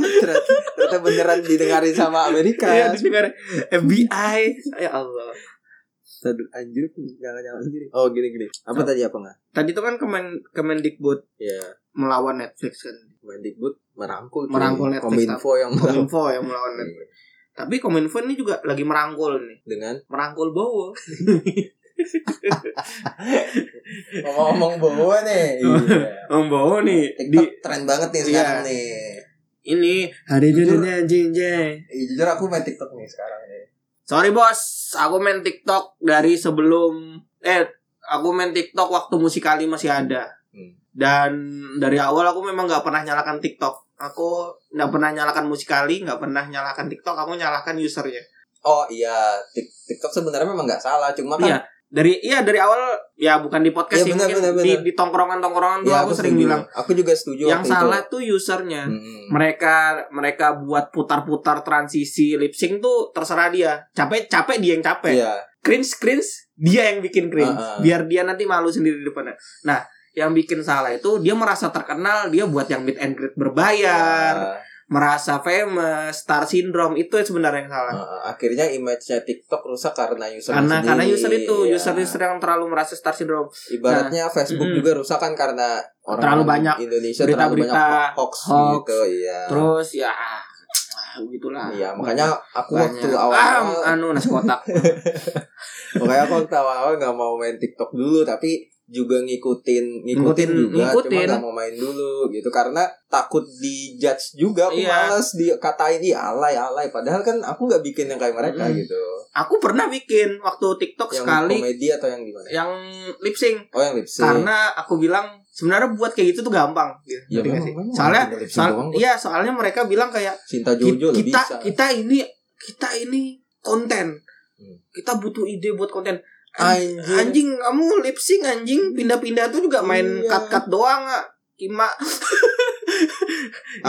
Speaker 1: Oh, ternyata, ternyata beneran didengarin sama Amerika.
Speaker 2: ya dengar FBI ya Allah
Speaker 1: Aduh, anjir nyala nyala sendiri. Oh gini gini. Apa
Speaker 2: Apa?
Speaker 1: tadi apa nggak?
Speaker 2: tadi itu kan Kemen Kemendikbud
Speaker 1: Ya,
Speaker 2: melawan Netflix kan
Speaker 1: Mendikbud merangkul. cuy.
Speaker 2: Merangkul Netflix,
Speaker 1: Kominfo yang merangkul.
Speaker 2: Kominfo yang ya, melawan Netflix. Tapi Kominfo ini juga lagi merangkul nih,
Speaker 1: Dengan
Speaker 2: merangkul Bowo.
Speaker 1: ngomong-ngomong bawa nih. Iya.
Speaker 2: Om Bowo nih Oh. di
Speaker 1: TikTok tren banget nih sekarang
Speaker 2: Iya.
Speaker 1: nih.
Speaker 2: ini hari
Speaker 1: Jujur.
Speaker 2: jadinya anjing jay.
Speaker 1: Ih, Jujur aku main TikTok nih sekarang nih.
Speaker 2: Sorry bos, aku main TikTok dari sebelum eh aku main TikTok waktu musikali masih ada.
Speaker 1: Hmm.
Speaker 2: Dan dari awal aku memang nggak pernah nyalakan TikTok. Aku nggak pernah nyalakan musikali, nggak pernah nyalakan TikTok. Aku nyalakan usernya.
Speaker 1: Oh iya, Tik- TikTok sebenarnya memang nggak salah, cuma kan
Speaker 2: Iya. Dari iya dari awal ya bukan di
Speaker 1: Iya,
Speaker 2: podcast sih
Speaker 1: benar,
Speaker 2: mungkin
Speaker 1: benar,
Speaker 2: di
Speaker 1: benar.
Speaker 2: di tongkrongan-tongkrongan tuh
Speaker 1: Iya,
Speaker 2: aku, sering
Speaker 1: setuju.
Speaker 2: bilang
Speaker 1: Aku juga setuju
Speaker 2: yang
Speaker 1: waktu itu.
Speaker 2: salah tuh usernya.
Speaker 1: Hmm.
Speaker 2: mereka mereka buat putar-putar transisi lip sync tuh terserah dia capek capek dia yang capek
Speaker 1: Iya,
Speaker 2: cringe cringe dia yang bikin cringe
Speaker 1: Ah, ah.
Speaker 2: biar dia nanti malu sendiri di depannya nah yang bikin salah itu dia merasa terkenal dia buat yang meet and greet berbayar
Speaker 1: Iya.
Speaker 2: merasa famous star syndrome itu sebenarnya yang salah
Speaker 1: Heeh, akhirnya image-nya TikTok rusak karena user
Speaker 2: Kan. karena
Speaker 1: sendiri.
Speaker 2: karena user itu
Speaker 1: Iya.
Speaker 2: user user yang terlalu merasa star syndrome
Speaker 1: Ibaratnya Facebook
Speaker 2: mm-mm.
Speaker 1: juga rusak kan karena orang
Speaker 2: Terlalu banyak
Speaker 1: Indonesia terlalu
Speaker 2: berita-berita
Speaker 1: banyak hoax,
Speaker 2: hoax.
Speaker 1: gitu, iya.
Speaker 2: terus ya ah, begitulah
Speaker 1: Iya, makanya aku
Speaker 2: Banyak.
Speaker 1: waktu
Speaker 2: Ah,
Speaker 1: awal
Speaker 2: anu nasi kotak
Speaker 1: makanya aku waktu awal nggak mau main TikTok dulu tapi juga ngikutin ngikutin, juga
Speaker 2: Ngikutin,
Speaker 1: cuma
Speaker 2: ngikutin.
Speaker 1: nggak mau main dulu gitu karena takut dijudge juga aku
Speaker 2: Iya.
Speaker 1: males dikatain di alay alay padahal kan aku nggak bikin yang kayak mereka
Speaker 2: Mm-mm.
Speaker 1: gitu
Speaker 2: aku pernah bikin waktu tiktok
Speaker 1: yang
Speaker 2: sekali
Speaker 1: komedi atau yang gimana
Speaker 2: yang lip sync
Speaker 1: oh yang lip sync
Speaker 2: karena aku bilang sebenarnya buat kayak gitu tuh gampang gitu.
Speaker 1: Ya,
Speaker 2: Ngerti nggak
Speaker 1: memang,
Speaker 2: sih?
Speaker 1: memang.
Speaker 2: soalnya
Speaker 1: Tinggal lip sync
Speaker 2: soal,
Speaker 1: doang kok.
Speaker 2: iya soalnya mereka bilang kayak
Speaker 1: Cinta
Speaker 2: "Ki-
Speaker 1: Jojo lebih
Speaker 2: kita
Speaker 1: bisa.
Speaker 2: kita ini kita ini konten
Speaker 1: Hmm.
Speaker 2: kita butuh ide buat konten An-
Speaker 1: Anjir.
Speaker 2: anjing kamu lip sync anjing pindah-pindah tuh juga main
Speaker 1: Iya.
Speaker 2: cut cut doang ah. Kima
Speaker 1: Aku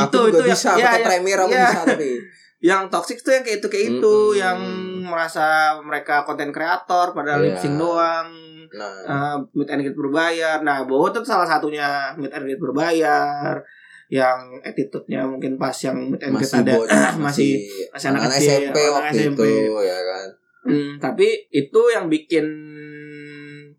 Speaker 2: Itu-
Speaker 1: juga
Speaker 2: itu ya-
Speaker 1: bisa
Speaker 2: ya,
Speaker 1: pakai
Speaker 2: ya,
Speaker 1: Premiere aku
Speaker 2: ya.
Speaker 1: bisa tapi.
Speaker 2: yang toxic tuh yang kayak itu kayak itu
Speaker 1: Mm-mm.
Speaker 2: yang merasa mereka konten kreator padahal lip
Speaker 1: hmm. Iya.
Speaker 2: sync doang
Speaker 1: Nah,
Speaker 2: eh meet and greet berbayar. Nah, Bowo tuh salah satunya meet and greet berbayar yang attitude-nya mungkin pas yang meet and greet
Speaker 1: masih
Speaker 2: ada
Speaker 1: bocah,
Speaker 2: masih masih anak kecil,
Speaker 1: SMP
Speaker 2: anak
Speaker 1: waktu
Speaker 2: SMP.
Speaker 1: itu ya kan.
Speaker 2: Hmm, tapi itu yang bikin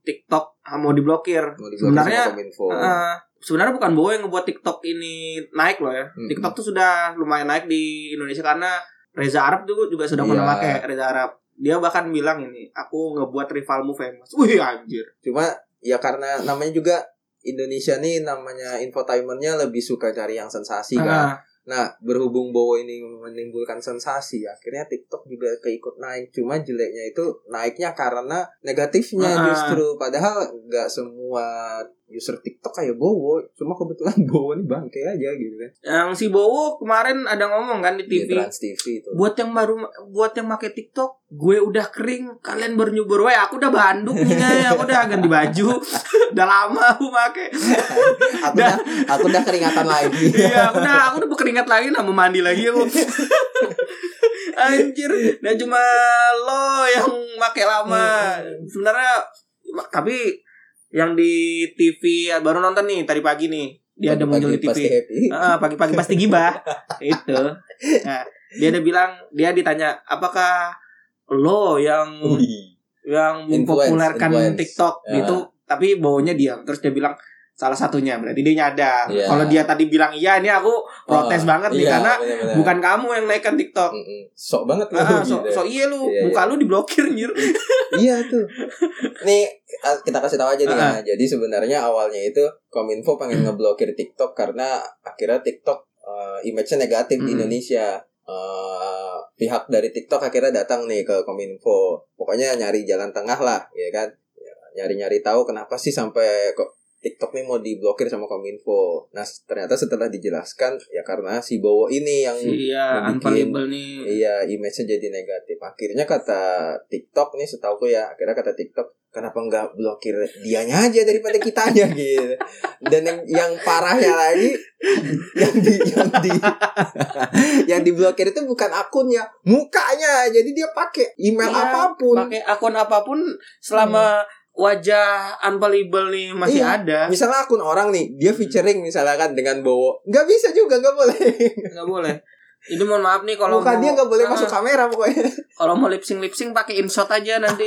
Speaker 2: TikTok mau diblokir.
Speaker 1: Mau diblokir
Speaker 2: Sebenarnya
Speaker 1: sama Kominfo.
Speaker 2: eh, sebenarnya bukan Bowo yang ngebuat TikTok ini naik loh ya.
Speaker 1: Mm-mm.
Speaker 2: TikTok tuh sudah lumayan naik di Indonesia karena Reza Arab tuh juga sudah pernah
Speaker 1: Iya.
Speaker 2: pakai Reza Arab. Dia bahkan bilang ini, aku ngebuat rivalmu famous. Wih anjir.
Speaker 1: Cuma ya karena namanya juga Indonesia nih namanya infotainmentnya lebih suka cari yang sensasi kan.
Speaker 2: Ah,
Speaker 1: Nah, berhubung Bowo ini menimbulkan sensasi, akhirnya TikTok juga keikut naik. Cuma jeleknya itu naiknya karena negatifnya
Speaker 2: Ah.
Speaker 1: justru. Padahal nggak semua user TikTok kayak Bowo. Cuma kebetulan Bowo ini bangke aja gitu kan.
Speaker 2: Yang si Bowo kemarin ada ngomong kan di
Speaker 1: Di
Speaker 2: TV.
Speaker 1: Trans TV itu.
Speaker 2: buat yang baru buat yang pakai TikTok, gue udah kering, kalian baru nyubur Weh, aku udah banduk nih, Nyai. aku udah ganti baju. udah lama aku pakai.
Speaker 1: aku udah, aku udah keringatan lagi.
Speaker 2: Iya, aku udah aku udah berkeringat lagi, nah mau mandi lagi aku. Anjir, dan cuma lo yang pakai lama. Sebenarnya tapi yang di TV baru nonton nih tadi pagi nih. Dia ada muncul di TV.
Speaker 1: Pasti happy.
Speaker 2: Ah, pagi-pagi pasti gibah itu nah, dia ada bilang dia ditanya apakah lo yang
Speaker 1: Wih.
Speaker 2: yang
Speaker 1: Influence,
Speaker 2: mempopulerkan
Speaker 1: influence.
Speaker 2: TikTok
Speaker 1: Ya.
Speaker 2: itu tapi baunya diam terus dia bilang salah satunya berarti dia nyadar
Speaker 1: Ya.
Speaker 2: kalau dia tadi bilang iya ini aku protes
Speaker 1: Oh,
Speaker 2: banget nih
Speaker 1: iya,
Speaker 2: karena
Speaker 1: bener-bener.
Speaker 2: bukan kamu yang naikkan TikTok
Speaker 1: Mm-mm. Sok banget lu
Speaker 2: Ah, so,
Speaker 1: gitu.
Speaker 2: so iya lu
Speaker 1: Iya,
Speaker 2: muka lu diblokir anjir
Speaker 1: iya tuh. Nih eh, kita kasih tahu aja nih.
Speaker 2: Ah,
Speaker 1: Nah, jadi sebenarnya awalnya itu Kominfo pengen ngeblokir TikTok karena akhirnya TikTok eh, image-nya negatif di
Speaker 2: Mm.
Speaker 1: Indonesia. Eh, pihak dari TikTok akhirnya datang nih ke Kominfo. Pokoknya nyari jalan tengah lah, ya kan? Nyari-nyari tahu kenapa sih sampai kok TikTok nih mau diblokir sama Kominfo. Nah, ternyata setelah dijelaskan ya karena si Bowo ini yang
Speaker 2: iya
Speaker 1: Dibikin.
Speaker 2: unpalatable nih
Speaker 1: Iya, image-nya jadi negatif. Akhirnya kata TikTok nih setauku ya, akhirnya kata TikTok kenapa nggak blokir dianya aja daripada kitanya gitu. Dan yang, yang parahnya lagi yang di yang di yang diblokir itu bukan akunnya, mukanya. Jadi dia pakai email
Speaker 2: Iya,
Speaker 1: apapun.
Speaker 2: pakai akun apapun selama wajah unpalatable nih masih
Speaker 1: Iya.
Speaker 2: ada
Speaker 1: Misalnya akun orang nih, dia featuring misalnya kan dengan Bowo. Nggak bisa juga, nggak boleh.
Speaker 2: nggak boleh ini mohon maaf nih kalau
Speaker 1: Muka
Speaker 2: mau-
Speaker 1: dia nggak boleh
Speaker 2: Ah,
Speaker 1: masuk kamera pokoknya.
Speaker 2: kalau mau lipsing lipsing pakai inshot aja nanti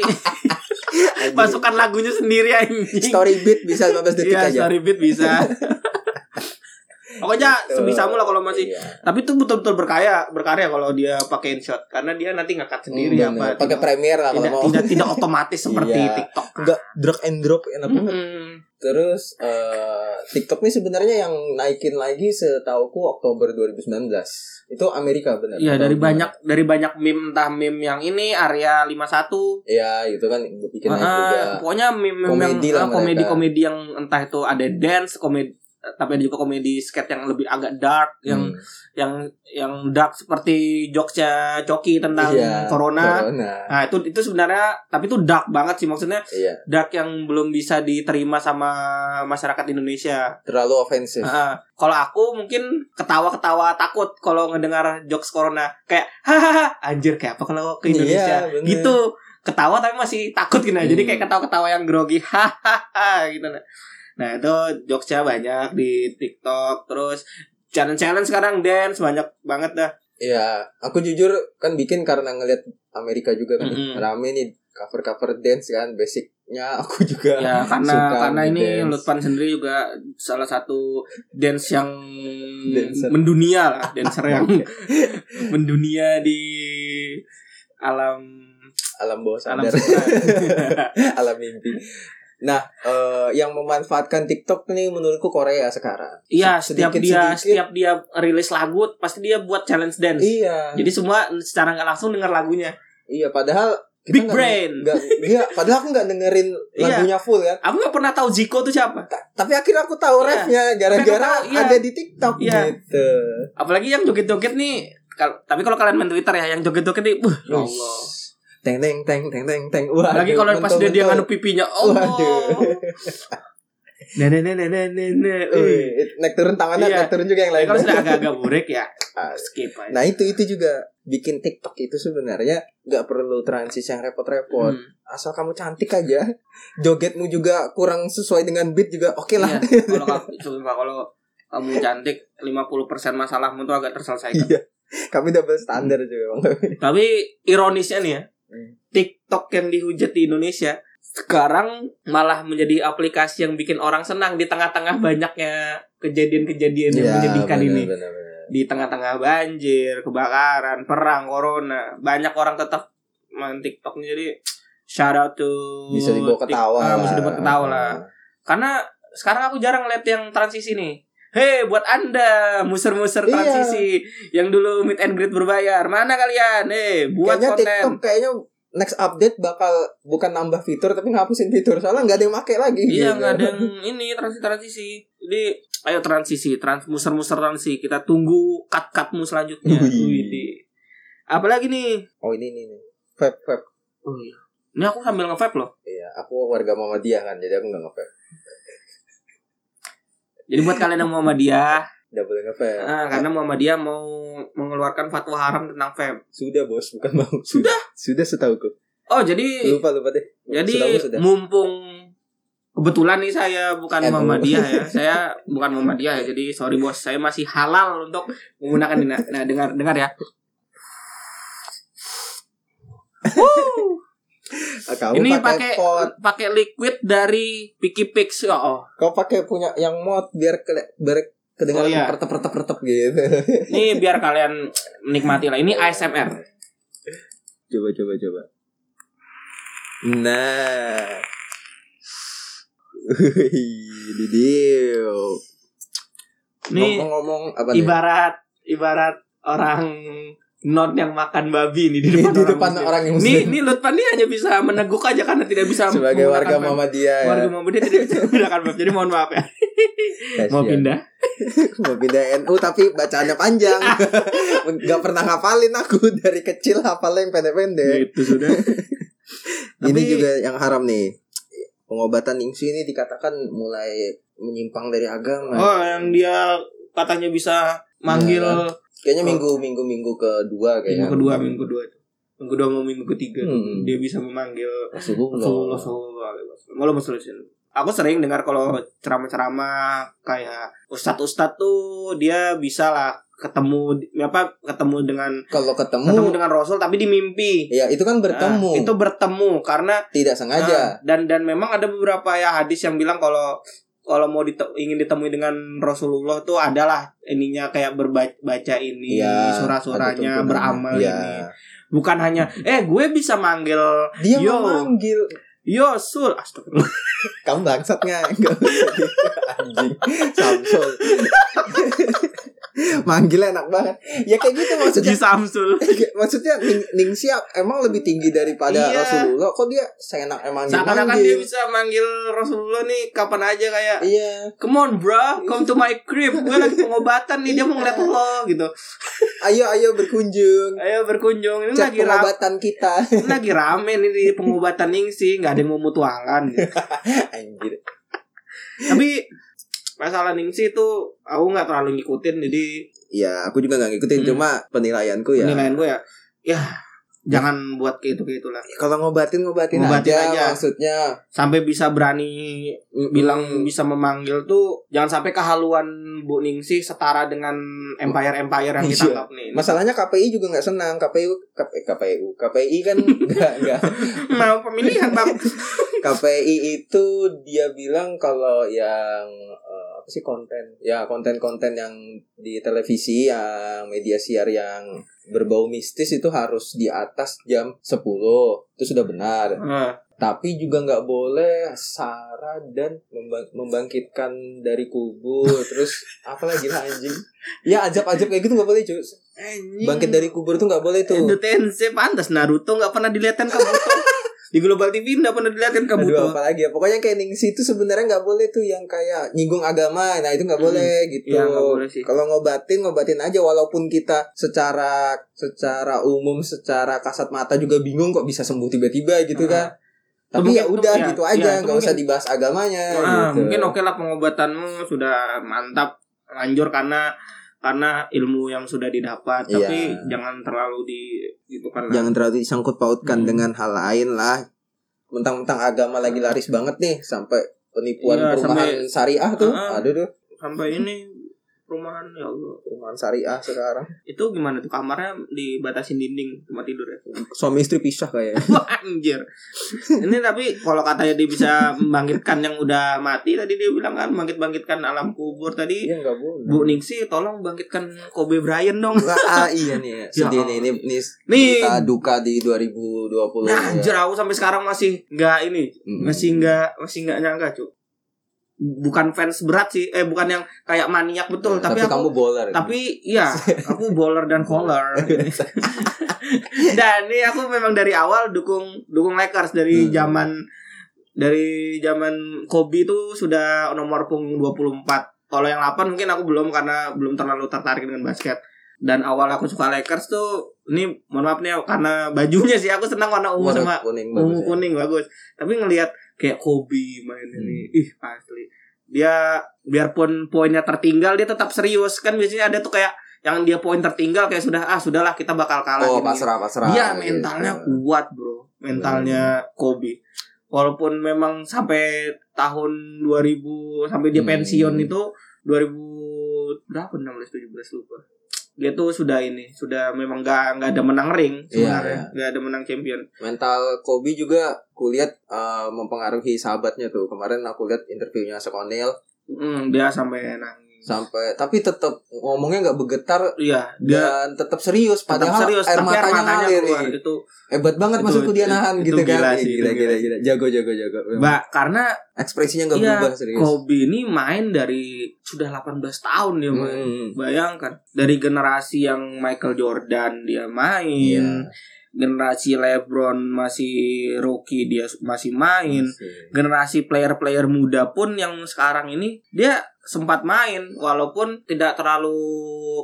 Speaker 2: masukkan lagunya sendiri anjing
Speaker 1: story beat bisa 15 detik
Speaker 2: Iya,
Speaker 1: aja.
Speaker 2: story beat bisa pokoknya
Speaker 1: Tuh.
Speaker 2: sebisamu lah kalau masih
Speaker 1: Gitu. Iya.
Speaker 2: tapi itu betul-betul berkarya berkarya kalau dia pakai inshot karena dia nanti ngangkat sendiri
Speaker 1: Hmm,
Speaker 2: apa
Speaker 1: bener. pakai
Speaker 2: tidak-
Speaker 1: Premiere lah kalau
Speaker 2: tidak,
Speaker 1: mau
Speaker 2: tidak tidak otomatis seperti
Speaker 1: Iya.
Speaker 2: TikTok
Speaker 1: nggak drag and drop enak banget
Speaker 2: Mm-mm.
Speaker 1: terus eh, TikTok nih sebenarnya yang naikin lagi setauku Oktober 2019 itu Amerika benar
Speaker 2: Iya dari
Speaker 1: Tahun
Speaker 2: banyak dari banyak meme entah meme yang ini area 51
Speaker 1: kemarin. ya itu kan gue bikin naik
Speaker 2: Ah,
Speaker 1: juga
Speaker 2: pokoknya meme meme yang
Speaker 1: Komedi lah
Speaker 2: ah,
Speaker 1: mereka.
Speaker 2: komedi-komedi yang entah itu ada dance komedi tapi ada juga komedi skate yang lebih agak dark yang
Speaker 1: Hmm.
Speaker 2: yang yang dark seperti jokesnya Coki tentang
Speaker 1: Iya,
Speaker 2: corona.
Speaker 1: corona
Speaker 2: Nah itu itu sebenarnya tapi itu dark banget sih maksudnya
Speaker 1: iya
Speaker 2: dark yang belum bisa diterima sama masyarakat Indonesia.
Speaker 1: terlalu ofensif
Speaker 2: Ah, kalau aku mungkin ketawa-ketawa takut kalau ngedengar jokes corona kayak hahaha anjir kayak apa kalau ke Indonesia
Speaker 1: Iya, bener.
Speaker 2: gitu ketawa tapi masih takut gitu nah. jadi
Speaker 1: Hmm.
Speaker 2: kayak ketawa-ketawa yang grogi hahaha gitu nah. Nah itu jokesnya banyak di TikTok terus challenge-challenge sekarang dance banyak banget dah.
Speaker 1: Iya, aku jujur kan bikin karena ngeliat Amerika juga kan
Speaker 2: Mm-mm.
Speaker 1: rame nih cover-cover dance kan basicnya aku juga
Speaker 2: Ya karena
Speaker 1: suka
Speaker 2: karena ini
Speaker 1: dance.
Speaker 2: Lutfan sendiri juga salah satu dance yang
Speaker 1: Dancer.
Speaker 2: mendunia lah, dancer yang mendunia di alam
Speaker 1: alam bawah
Speaker 2: alam
Speaker 1: sadar
Speaker 2: sutra.
Speaker 1: alam mimpi. Nah, eh, yang memanfaatkan TikTok nih menurutku Korea sekarang.
Speaker 2: Iya, setiap dia
Speaker 1: Sedikit-sedikit.
Speaker 2: setiap dia rilis lagu pasti dia buat challenge dance.
Speaker 1: Iya.
Speaker 2: Jadi semua secara nggak langsung denger lagunya.
Speaker 1: iya, padahal
Speaker 2: Big
Speaker 1: nggak-
Speaker 2: brain.
Speaker 1: nggak- iya, padahal aku nggak dengerin
Speaker 2: Iya.
Speaker 1: lagunya full kan.
Speaker 2: Aku nggak pernah tahu Ziko tuh siapa.
Speaker 1: Ta- Tapi akhirnya aku tahu
Speaker 2: Iya.
Speaker 1: refnya
Speaker 2: Tapi
Speaker 1: gara-gara
Speaker 2: aku tahu, iya.
Speaker 1: ada di TikTok
Speaker 2: Iya.
Speaker 1: gitu.
Speaker 2: Apalagi yang joget-joget nih. Kal- tapi kalau kalian main Twitter ya, yang joget-joget nih, wah, ya Allah.
Speaker 1: Teng teng teng teng teng teng. Wah.
Speaker 2: Lagi
Speaker 1: aduh,
Speaker 2: kalau pas dia
Speaker 1: mentul-mentul.
Speaker 2: dia ngaduk pipinya, oh.
Speaker 1: Waduh.
Speaker 2: Nah, nah, nah, nah, nah, nah, nah.
Speaker 1: Eh, naik turun tangannya,
Speaker 2: Iya.
Speaker 1: naik turun juga yang
Speaker 2: Tapi
Speaker 1: lain.
Speaker 2: kalau sudah agak-agak burek ya,
Speaker 1: Ah,
Speaker 2: skip aja.
Speaker 1: Nah itu itu juga bikin TikTok itu sebenarnya nggak perlu transisi yang repot-repot.
Speaker 2: Hmm.
Speaker 1: asal kamu cantik aja jogetmu juga kurang sesuai dengan beat juga oke lah
Speaker 2: Iya, kalau kamu coba kalau kamu cantik 50% masalahmu tuh agak terselesaikan.
Speaker 1: iya kami double standar juga bang
Speaker 2: Tapi ironisnya nih ya,
Speaker 1: Hmm.
Speaker 2: TikTok yang dihujat di Indonesia sekarang malah menjadi aplikasi yang bikin orang senang di tengah-tengah banyaknya kejadian-kejadian
Speaker 1: Iya,
Speaker 2: yang menyedihkan ini. Di tengah-tengah banjir, kebakaran, perang, corona, banyak orang tetap main TikTok nih. jadi shout out to
Speaker 1: bisa dibawa
Speaker 2: Tik-
Speaker 1: ketawa
Speaker 2: ah,
Speaker 1: lah.
Speaker 2: bisa dibawa ketawa lah. Karena sekarang aku jarang lihat yang transisi nih. Hei buat anda muser-muser
Speaker 1: Iya.
Speaker 2: transisi yang dulu meet and greet berbayar mana kalian? Hei buat
Speaker 1: kayaknya
Speaker 2: konten.
Speaker 1: TikTok kayaknya next update bakal bukan nambah fitur tapi ngapusin fitur soalnya nggak ada yang make lagi.
Speaker 2: Iya
Speaker 1: gitu.
Speaker 2: nggak ada yang ini transisi transisi. Jadi ayo transisi trans muser-muser transisi kita tunggu cut cutmu selanjutnya.
Speaker 1: Wih.
Speaker 2: Widih. Apalagi nih?
Speaker 1: Oh ini nih nih. Vape vape.
Speaker 2: Oh iya. Ini aku sambil nge-vape loh.
Speaker 1: Iya, aku warga Muhammadiyah kan, jadi aku nggak ngevape.
Speaker 2: Jadi buat kalian yang mau sama dia,
Speaker 1: Nggak boleh ngevape.
Speaker 2: ah, karena mau sama dia mau mengeluarkan fatwa haram tentang vape.
Speaker 1: Sudah bos, bukan mau. Sudah. Sudah setauku.
Speaker 2: Oh jadi
Speaker 1: Lupa lupa deh.
Speaker 2: Jadi
Speaker 1: Sudah, ya? sudah.
Speaker 2: mumpung kebetulan nih saya bukan
Speaker 1: NU.
Speaker 2: Muhammadiyah ya. Saya bukan Muhammadiyah ya. Jadi sorry bos, saya masih halal untuk menggunakan ini. Nah, dengar dengar ya. Wuh,
Speaker 1: Ah, Kamu
Speaker 2: ini
Speaker 1: pakai
Speaker 2: pakai
Speaker 1: pot.
Speaker 2: pakai liquid dari Picky Pix. Oh, oh.
Speaker 1: Kau pakai punya yang mod biar kele- biar kedengaran
Speaker 2: Oh, iya.
Speaker 1: pertep pertep pertep gitu.
Speaker 2: ini biar kalian menikmati lah. Ini ASMR.
Speaker 1: Coba coba coba. Nah. Wih, Didiu.
Speaker 2: Ini
Speaker 1: Ngomong-ngomong apa nih?
Speaker 2: ibarat ibarat orang non yang makan babi nih di
Speaker 1: Di,
Speaker 2: depan,
Speaker 1: di depan
Speaker 2: muslim.
Speaker 1: orang yang
Speaker 2: Nih,
Speaker 1: muslim
Speaker 2: nih Lutfan nih hanya bisa meneguk aja karena tidak bisa
Speaker 1: sebagai
Speaker 2: menggunakan
Speaker 1: warga
Speaker 2: vape.
Speaker 1: Muhammadiyah ya.
Speaker 2: Warga Muhammadiyah tidak bisa menggunakan vape. Jadi mohon maaf ya. Mau
Speaker 1: Kasihan.
Speaker 2: pindah.
Speaker 1: mau pindah NU tapi bacaannya panjang nggak pernah hafalin aku dari kecil hafalnya yang pendek-pendek
Speaker 2: Itu Gitu, sudah.
Speaker 1: ini
Speaker 2: Iya, Tapi-
Speaker 1: juga yang haram nih pengobatan ningsi ini dikatakan mulai menyimpang dari agama
Speaker 2: Oh, yang dia katanya bisa manggil
Speaker 1: Nah, kayaknya minggu minggu minggu kedua
Speaker 2: minggu
Speaker 1: kayaknya
Speaker 2: kedua, minggu kedua. Minggu kedua mau minggu ketiga.
Speaker 1: Iya, Hmm.
Speaker 2: Dia bisa memanggil Rasulullah
Speaker 1: Rasulullah
Speaker 2: sallallahu alaihi wasallam. Walau Rasulullah sallallahu alaihi wasallam. Aku sering dengar kalau ceramah-ceramah kayak ustadz-ustadz tuh dia bisa lah ketemu apa ketemu dengan
Speaker 1: kalau ketemu,
Speaker 2: ketemu dengan Rasul tapi di mimpi.
Speaker 1: ya itu kan bertemu
Speaker 2: Nah, itu bertemu karena
Speaker 1: tidak
Speaker 2: nah,
Speaker 1: sengaja
Speaker 2: dan dan memang ada beberapa ya hadis yang bilang kalau kalau mau dite- ingin ditemui dengan Rasulullah tuh adalah ininya kayak berbaca ini
Speaker 1: Iya, ada
Speaker 2: surah-surahnya
Speaker 1: tuntunannya.
Speaker 2: beramal
Speaker 1: Iya.
Speaker 2: ini. Bukan hanya eh gue bisa manggil
Speaker 1: dia
Speaker 2: Yo.
Speaker 1: memanggil
Speaker 2: Yosul astagfirullah.
Speaker 1: kamu bangsat nggak Nggak bisa gitu, anjing Samsul manggil enak banget ya kayak gitu maksudnya
Speaker 2: Ji Samsul.
Speaker 1: maksudnya Ning, Ning siap emang lebih tinggi daripada
Speaker 2: Iya.
Speaker 1: Rasulullah kok dia seenak emang
Speaker 2: Seakan-akan dia bisa manggil Rasulullah nih kapan aja kayak
Speaker 1: iya
Speaker 2: Come on bro, come to my crib Gue lagi pengobatan nih, dia mau ngeliat lo gitu
Speaker 1: ayo ayo berkunjung
Speaker 2: Ayo berkunjung, ini
Speaker 1: cek
Speaker 2: lagi rame
Speaker 1: pengobatan kita
Speaker 2: Ini lagi rame nih di pengobatan ningsi nggak ada yang mau mutualan gitu.
Speaker 1: anjir
Speaker 2: tapi masalah ningsi itu aku nggak terlalu ngikutin jadi
Speaker 1: ya aku juga nggak ngikutin
Speaker 2: Hmm.
Speaker 1: cuma penilaianku ya
Speaker 2: penilaian gue ya ya jangan buat kayak gitu itu kayak itulah
Speaker 1: kalau ngobatin ngobatin,
Speaker 2: Ngobatin
Speaker 1: aja,
Speaker 2: aja.
Speaker 1: maksudnya
Speaker 2: sampai bisa berani
Speaker 1: Hmm.
Speaker 2: bilang bisa memanggil tuh jangan sampai kehaluan bu ningsi setara dengan empire empire yang
Speaker 1: Iya.
Speaker 2: ditangkap nih
Speaker 1: masalahnya KPI juga nggak senang KPU KPI KPU KPI kan nggak nggak
Speaker 2: mau pemilihan bang
Speaker 1: KPI itu dia bilang kalau yang eh, apa sih konten ya konten-konten yang di televisi yang media siar yang berbau mistis itu harus di atas jam 10 itu sudah benar
Speaker 2: Eh,
Speaker 1: tapi juga nggak boleh sara dan memba- membangkitkan dari kubur terus apalagi lah anjing ya ajab-ajab kayak gitu nggak boleh cuy
Speaker 2: anjing.
Speaker 1: bangkit dari kubur tuh nggak boleh
Speaker 2: Edo
Speaker 1: tuh
Speaker 2: Tensei pantas Naruto nggak pernah dilihatin kabuto di global TV nggak pernah dilihatin kabuto
Speaker 1: Aduh apalagi ya Pokoknya kayak Ningsi itu sebenarnya nggak boleh tuh Yang kayak nyinggung agama Nah itu nggak
Speaker 2: Hmm.
Speaker 1: boleh gitu
Speaker 2: Iya, nggak boleh sih.
Speaker 1: Kalau ngobatin Ngobatin aja Walaupun kita secara Secara umum Secara kasat mata juga bingung Kok bisa sembuh tiba-tiba gitu
Speaker 2: Ah.
Speaker 1: kan Tapi
Speaker 2: Mungkin-
Speaker 1: ya udah
Speaker 2: ya,
Speaker 1: gitu
Speaker 2: ya,
Speaker 1: aja
Speaker 2: itu
Speaker 1: nggak usah dibahas agamanya
Speaker 2: Ah,
Speaker 1: gitu.
Speaker 2: mungkin oke lah pengobatanmu sudah mantap lanjut karena karena ilmu yang sudah didapat
Speaker 1: Iya.
Speaker 2: tapi jangan terlalu di itu kan lah.
Speaker 1: Jangan terlalu disangkut pautkan
Speaker 2: Hmm.
Speaker 1: Dengan hal lain lah Mentang-mentang agama lagi laris banget nih Sampai penipuan
Speaker 2: Iya,
Speaker 1: perumahan
Speaker 2: sampai-
Speaker 1: syariah tuh
Speaker 2: Ah.
Speaker 1: Aduh tuh
Speaker 2: sampai ini perumahan ya Allah
Speaker 1: Perumahan syariah sekarang
Speaker 2: itu gimana tuh kamarnya dibatasin dinding tempat tidur ya
Speaker 1: Suami istri pisah kayaknya
Speaker 2: Wah, anjir ini tapi kalau katanya dia bisa membangkitkan yang udah mati tadi dia bilang kan bangkit bangkitkan alam kubur tadi
Speaker 1: Iya nggak boleh
Speaker 2: Bu Ningsi tolong bangkitkan Kobe Bryant dong
Speaker 1: Wah, ah, iya nih.
Speaker 2: Ya
Speaker 1: Sedih
Speaker 2: Allah.
Speaker 1: nih ini ini
Speaker 2: nih
Speaker 1: kita duka di 2020.
Speaker 2: Nah,
Speaker 1: ya.
Speaker 2: anjir aku sampai sekarang masih nggak ini
Speaker 1: Mm.
Speaker 2: masih nggak masih nggak nyangka cuk bukan fans berat sih eh bukan yang kayak maniak betul tapi, aku
Speaker 1: Iya, kamu bowler. gitu.
Speaker 2: tapi iya aku bowler dan caller dan ini aku memang dari awal dukung dukung Lakers dari
Speaker 1: Hmm.
Speaker 2: zaman dari zaman Kobe itu sudah nomor punggung 24 kalau yang 8 mungkin aku belum karena belum terlalu tertarik dengan basket dan awal aku suka Lakers tuh ini mohon maaf nih karena bajunya sih aku senang warna ungu
Speaker 1: Warna
Speaker 2: sama
Speaker 1: kuning
Speaker 2: ungu
Speaker 1: bagus. ya.
Speaker 2: kuning bagus tapi ngelihat kayak Kobe main ini
Speaker 1: Hmm.
Speaker 2: ih asli dia biarpun poinnya tertinggal dia tetap serius kan biasanya ada tuh kayak yang dia poin tertinggal kayak sudah ah sudahlah kita bakal kalah
Speaker 1: Oh,
Speaker 2: gini-gini.
Speaker 1: pasrah, pasrah. gitu.
Speaker 2: dia Iya, mentalnya kuat bro
Speaker 1: Hmm.
Speaker 2: mentalnya Kobe walaupun memang sampai tahun 2000 sampai dia
Speaker 1: Hmm.
Speaker 2: pensiun itu 2000 berapa 16 17 lupa dia tuh sudah ini sudah memang gak nggak ada menang ring
Speaker 1: Iya, iya.
Speaker 2: sebenarnya nggak ada menang champion
Speaker 1: Mental Kobe juga kulihat eh, mempengaruhi sahabatnya tuh. Kemarin aku lihat interviewnya Sekonil
Speaker 2: Hmm, dia sampai nangis.
Speaker 1: sampai tapi tetap ngomongnya nggak bergetar
Speaker 2: Iya, dia
Speaker 1: dan tetap serius Iya,
Speaker 2: tetap
Speaker 1: padahal
Speaker 2: serius,
Speaker 1: air
Speaker 2: tapi
Speaker 1: matanya, ngalir.
Speaker 2: keluar gitu.
Speaker 1: iya.
Speaker 2: itu.
Speaker 1: Hebat banget
Speaker 2: Itu-
Speaker 1: maksudku dia
Speaker 2: itu-
Speaker 1: nahan
Speaker 2: itu
Speaker 1: gitu kan.
Speaker 2: gila
Speaker 1: Iya,
Speaker 2: sih, itu
Speaker 1: gila,
Speaker 2: gila.
Speaker 1: gila, gila. Jago jago jago.
Speaker 2: Mbak, karena
Speaker 1: Ekspresinya nggak
Speaker 2: Iya,
Speaker 1: berubah serius.
Speaker 2: Kobe ini main dari sudah 18 tahun dia main.
Speaker 1: Hmm.
Speaker 2: Bayangkan dari generasi yang Michael Jordan dia main,
Speaker 1: Iya.
Speaker 2: generasi LeBron masih rookie dia masih
Speaker 1: Iya
Speaker 2: main. generasi player-player muda pun yang sekarang ini dia sempat main walaupun tidak terlalu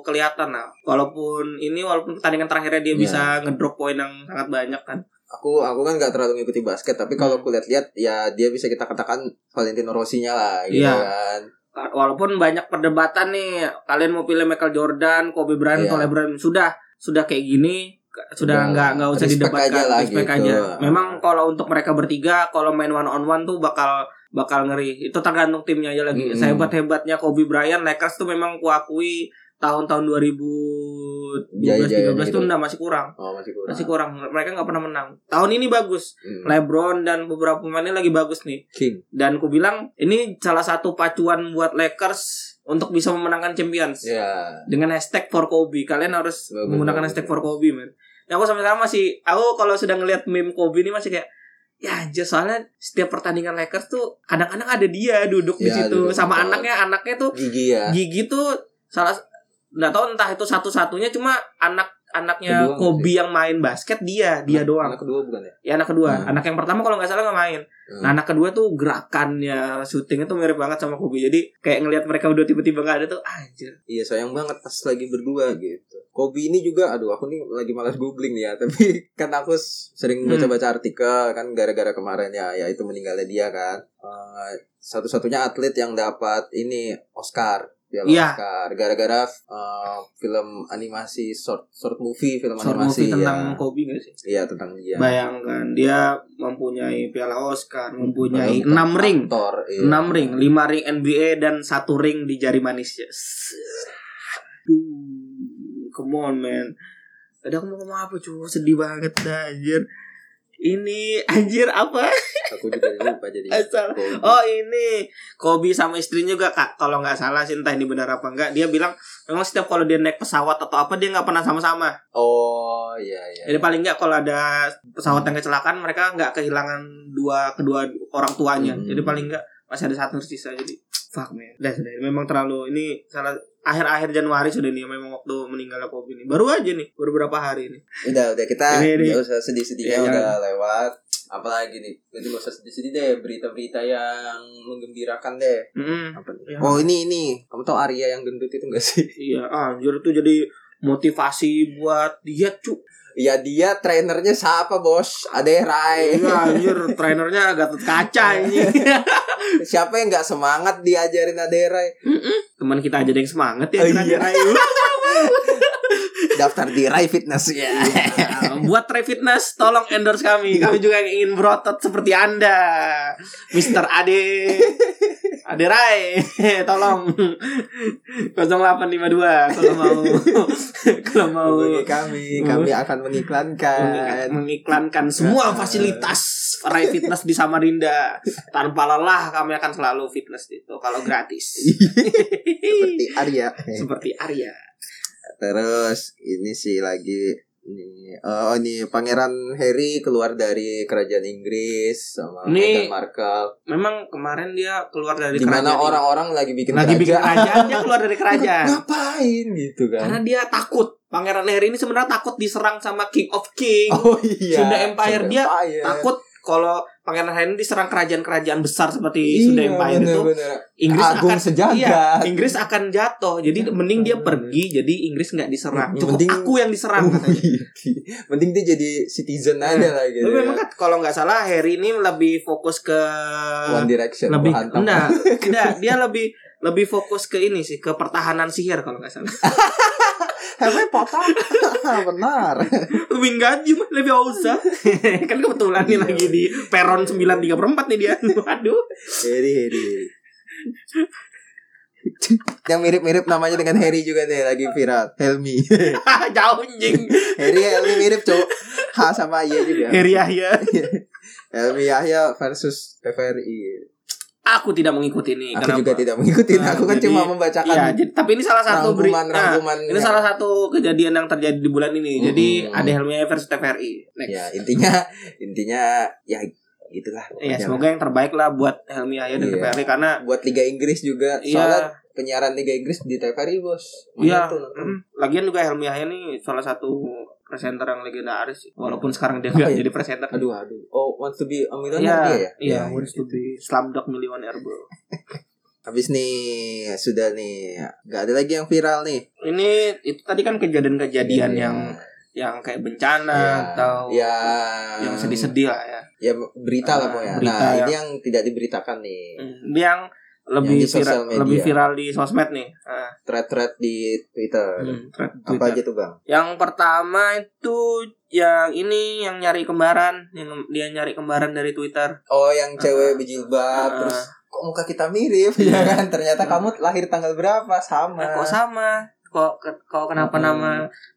Speaker 2: kelihatan lah walaupun ini walaupun pertandingan terakhirnya dia
Speaker 1: Iya.
Speaker 2: bisa ngedrop poin yang sangat banyak kan
Speaker 1: Aku aku kan nggak terlalu ngikuti basket tapi
Speaker 2: Hmm.
Speaker 1: kalau aku lihat-lihat ya dia bisa kita katakan Valentino Rossi-nya lah gitu
Speaker 2: Iya.
Speaker 1: kan.
Speaker 2: Ka- walaupun banyak perdebatan nih kalian mau pilih Michael Jordan Kobe Bryant
Speaker 1: Iya.
Speaker 2: atau LeBron sudah sudah kayak gini ke-
Speaker 1: Udah,
Speaker 2: sudah nggak nggak usah
Speaker 1: respect
Speaker 2: didebatkan
Speaker 1: aja lah
Speaker 2: respect
Speaker 1: gitu.
Speaker 2: aja memang kalau untuk mereka bertiga kalau main one on one tuh bakal bakal ngeri itu tergantung timnya aja lagi
Speaker 1: Mm-mm.
Speaker 2: sehebat hebatnya Kobe Bryant Lakers tuh memang kuakui tahun-tahun
Speaker 1: Iya,
Speaker 2: 2012
Speaker 1: Jaya-jaya
Speaker 2: 13 tuh
Speaker 1: gitu.
Speaker 2: udah masih kurang
Speaker 1: Oh, masih kurang.
Speaker 2: masih kurang mereka nggak pernah menang tahun ini bagus
Speaker 1: Hmm.
Speaker 2: LeBron dan beberapa pemainnya lagi bagus nih
Speaker 1: King.
Speaker 2: dan ku bilang ini salah satu pacuan buat Lakers untuk bisa memenangkan Champions
Speaker 1: Ya.
Speaker 2: dengan hashtag for Kobe kalian harus
Speaker 1: Bagus,
Speaker 2: menggunakan
Speaker 1: bagus,
Speaker 2: hashtag
Speaker 1: bagus.
Speaker 2: for Kobe man nah, aku sampai sekarang masih aku kalau sudah ngelihat meme Kobe ini masih kayak ya anjir soalnya setiap pertandingan Lakers tuh kadang-kadang ada dia duduk di
Speaker 1: Iya, duduk.
Speaker 2: situ sama anaknya anaknya tuh
Speaker 1: Gigi ya.
Speaker 2: gigi tuh salah nggak tahu entah itu satu-satunya cuma anak anaknya
Speaker 1: Kedua nggak
Speaker 2: Kobe yang main basket dia
Speaker 1: Anak-
Speaker 2: dia doang
Speaker 1: Anak kedua bukan ya?
Speaker 2: ya anak kedua
Speaker 1: Hmm.
Speaker 2: anak yang pertama kalau nggak salah nggak main
Speaker 1: Hmm.
Speaker 2: Nah anak kedua tuh gerakannya syutingnya tuh mirip banget sama Kobe Jadi kayak ngelihat mereka udah tiba-tiba gak ada tuh "Ah, Anjir
Speaker 1: Iya sayang banget pas lagi berdua gitu. Kobe ini juga, aduh aku nih lagi malas googling nih ya. Tapi kan aku s- sering
Speaker 2: Hmm.
Speaker 1: baca-baca artikel kan gara-gara kemarin ya, ya itu meninggalnya dia kan. Eh, satu-satunya atlet yang dapat ini Oscar. Piala
Speaker 2: Iya.
Speaker 1: Oscar gara-gara eh, film animasi short short movie film
Speaker 2: Short
Speaker 1: animasi
Speaker 2: movie tentang
Speaker 1: ya.
Speaker 2: Kobe gak sih?
Speaker 1: Iya tentang dia.
Speaker 2: Bayangkan dia mempunyai piala Oscar Mempunyai
Speaker 1: Bayangkan
Speaker 2: 6 ring
Speaker 1: aktor, Hmm, iya.
Speaker 2: 6 ring 5 ring NBA dan satu ring di jari manisnya Sss. Duh, Come on man Ada aku mau ngomong apa cuy Sedih banget dah anjir Ini anjir apa
Speaker 1: Aku juga lupa jadi.
Speaker 2: Asal
Speaker 1: Kobe.
Speaker 2: Oh ini Kobe sama istrinya juga kak Kalau nggak salah sih entah ini benar apa enggak Dia bilang memang setiap kalau dia naik pesawat atau apa Dia nggak pernah sama-sama
Speaker 1: Oh iya iya.
Speaker 2: Jadi paling nggak kalau ada pesawat yang kecelakaan Mereka nggak kehilangan dua kedua orang tuanya
Speaker 1: Hmm.
Speaker 2: Jadi paling nggak masih ada satu sisa Jadi fuck man Udah, sudah. Memang terlalu ini salah akhir-akhir Januari sudah nih memang waktu meninggalnya Kobe ini baru aja nih baru beberapa hari ini
Speaker 1: Udah, udah kita
Speaker 2: Ini, ini.
Speaker 1: nggak usah sedih-sedihnya
Speaker 2: Iya,
Speaker 1: udah lewat. Apalagi nih, nanti nggak usah sedih-sedih deh. Berita-berita yang menggembirakan deh.
Speaker 2: Mm-mm.
Speaker 1: Apa nih?
Speaker 2: Ya.
Speaker 1: Oh ini ini, kamu tau Arya yang gendut itu nggak sih?
Speaker 2: iya anjir itu jadi motivasi buat dia cu
Speaker 1: Ya dia trainernya siapa bos? Ade Rai.
Speaker 2: Iya anjir trainernya Gatot Kaca ini.
Speaker 1: siapa yang nggak semangat diajarin Ade Rai?
Speaker 2: Teman kita aja ada yang semangat ya.
Speaker 1: Oh,
Speaker 2: kira-kira.
Speaker 1: Daftar di Rai Fitness ya.
Speaker 2: Nah, Buat Trey Fitness tolong endorse kami. Kami juga yang ingin berotot seperti Anda. Mister Ade. Ade Rai, tolong 0852 kalau mau kalau mau
Speaker 1: Hubungi kami, kami akan mengiklankan.
Speaker 2: Oh. mengiklankan semua fasilitas Rai Fitness di Samarinda. Tanpa lelah kami akan selalu fitness itu kalau gratis.
Speaker 1: Seperti Arya.
Speaker 2: Seperti Arya.
Speaker 1: Terus ini sih lagi Nih, eh, oh nih Pangeran Harry keluar dari kerajaan Inggris sama Meghan
Speaker 2: Nih,
Speaker 1: Markle.
Speaker 2: Memang kemarin dia keluar dari
Speaker 1: Di mana
Speaker 2: kerajaan.
Speaker 1: orang-orang lagi bikin
Speaker 2: lagi bikin
Speaker 1: kerajaan.
Speaker 2: kerajaan dia keluar dari kerajaan.
Speaker 1: Ngapain gitu kan?
Speaker 2: Karena dia takut. Pangeran Harry ini sebenarnya takut diserang sama King of King.
Speaker 1: Oh iya.
Speaker 2: Sunda Empire dia
Speaker 1: Empire.
Speaker 2: Takut kalau Pangeran Harry ini diserang kerajaan-kerajaan besar seperti Sunda Empire
Speaker 1: Iya,
Speaker 2: itu,
Speaker 1: bener-bener.
Speaker 2: Inggris
Speaker 1: Agung
Speaker 2: akan
Speaker 1: sejagat. Iya,
Speaker 2: iya, Inggris akan jatuh. Jadi mending dia pergi, jadi Inggris nggak diserang.
Speaker 1: Hmm,
Speaker 2: Cukup
Speaker 1: mending-
Speaker 2: aku yang diserang katanya.
Speaker 1: Wih, Oh, iya. Mending dia jadi citizen aja lah gitu.
Speaker 2: Tapi
Speaker 1: ya.
Speaker 2: memang kan kalau nggak salah Harry ini lebih fokus ke
Speaker 1: One Direction
Speaker 2: lebih
Speaker 1: gua hantam.
Speaker 2: enggak, enggak, dia lebih lebih fokus ke ini sih, ke pertahanan sihir kalau nggak salah.
Speaker 1: Tapi potong Benar
Speaker 2: lebih gaji lebih ausa. kan kebetulan nih
Speaker 1: Iya.
Speaker 2: lagi di peron 934 nih dia. Aduh.
Speaker 1: Harry Harry Harry. Yang mirip-mirip namanya dengan Harry juga nih Lagi viral Helmi
Speaker 2: Jauh anjing.
Speaker 1: Harry Helmi mirip cowok H sama Y juga
Speaker 2: Harry Yahya.
Speaker 1: Helmi Yahya versus TVRI
Speaker 2: Aku tidak mengikuti ini.
Speaker 1: Aku
Speaker 2: Kenapa?
Speaker 1: juga tidak mengikuti
Speaker 2: Nah,
Speaker 1: Aku kan
Speaker 2: jadi-
Speaker 1: cuma membacakan
Speaker 2: Iya, jadi- tapi ini salah satu beri- nah,
Speaker 1: Rangkuman-rangkuman
Speaker 2: ini salah satu kejadian yang terjadi di bulan ini.
Speaker 1: Hmm.
Speaker 2: Jadi ada Helmi Yahya versus TVRI. Next.
Speaker 1: Ya intinya Intinya Ya gitulah
Speaker 2: Iya,
Speaker 1: pokoknya.
Speaker 2: semoga yang terbaik lah buat Helmi Yahya dan
Speaker 1: Iya.
Speaker 2: TVRI karena
Speaker 1: Buat Liga Inggris juga Soalnya
Speaker 2: Iya,
Speaker 1: penyiaran Liga Inggris di TVRI bos
Speaker 2: iya.
Speaker 1: Mantap loh.
Speaker 2: Mm. Lagian juga Helmi Yahya nih salah satu presenter yang legendaris sih. Walaupun sekarang dia nggak
Speaker 1: Apa ya?
Speaker 2: jadi presenter.
Speaker 1: Aduh aduh. Oh wants to be a
Speaker 2: Iya,
Speaker 1: millionaire dia ya?
Speaker 2: iya,
Speaker 1: Ya,
Speaker 2: wants to be Slumdog Millionaire, bro.
Speaker 1: Habis nih sudah nih nggak ada lagi yang viral nih.
Speaker 2: Ini itu tadi kan kejadian-kejadian
Speaker 1: Iya.
Speaker 2: yang yang kayak bencana
Speaker 1: Iya.
Speaker 2: atau
Speaker 1: ya
Speaker 2: yang sedih-sedih lah ya.
Speaker 1: Ya berita lah
Speaker 2: Ah,
Speaker 1: pokoknya.
Speaker 2: berita
Speaker 1: nah
Speaker 2: ya.
Speaker 1: ini yang tidak diberitakan nih.
Speaker 2: Hmm, Yang
Speaker 1: Yang
Speaker 2: lebih
Speaker 1: di sosial
Speaker 2: viral,
Speaker 1: media.
Speaker 2: lebih viral di sosmed nih. Ah,
Speaker 1: Thread-thread di Twitter.
Speaker 2: hmm, thread
Speaker 1: Apa
Speaker 2: Twitter.
Speaker 1: aja tuh bang?
Speaker 2: Yang pertama itu yang ini yang nyari kembaran, yang dia nyari kembaran dari Twitter.
Speaker 1: Oh yang cewek
Speaker 2: Ah.
Speaker 1: berjilbab
Speaker 2: Ah.
Speaker 1: terus kok muka kita mirip ya kan? Ternyata kamu lahir tanggal berapa sama?
Speaker 2: Nah, kok sama? Kok ke- kok kenapa
Speaker 1: Mm-mm.
Speaker 2: nama?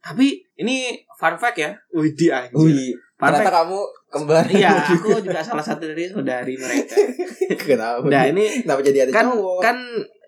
Speaker 2: Tapi ini fun fact ya. Wih, dia
Speaker 1: Wih,
Speaker 2: Fun
Speaker 1: ternyata
Speaker 2: fact.
Speaker 1: kamu kembar.
Speaker 2: Iya, aku juga salah satu dari saudari mereka.
Speaker 1: Kenapa?
Speaker 2: Nah, ini
Speaker 1: Kenapa jadi ada
Speaker 2: kan
Speaker 1: Iya, cowok?
Speaker 2: kan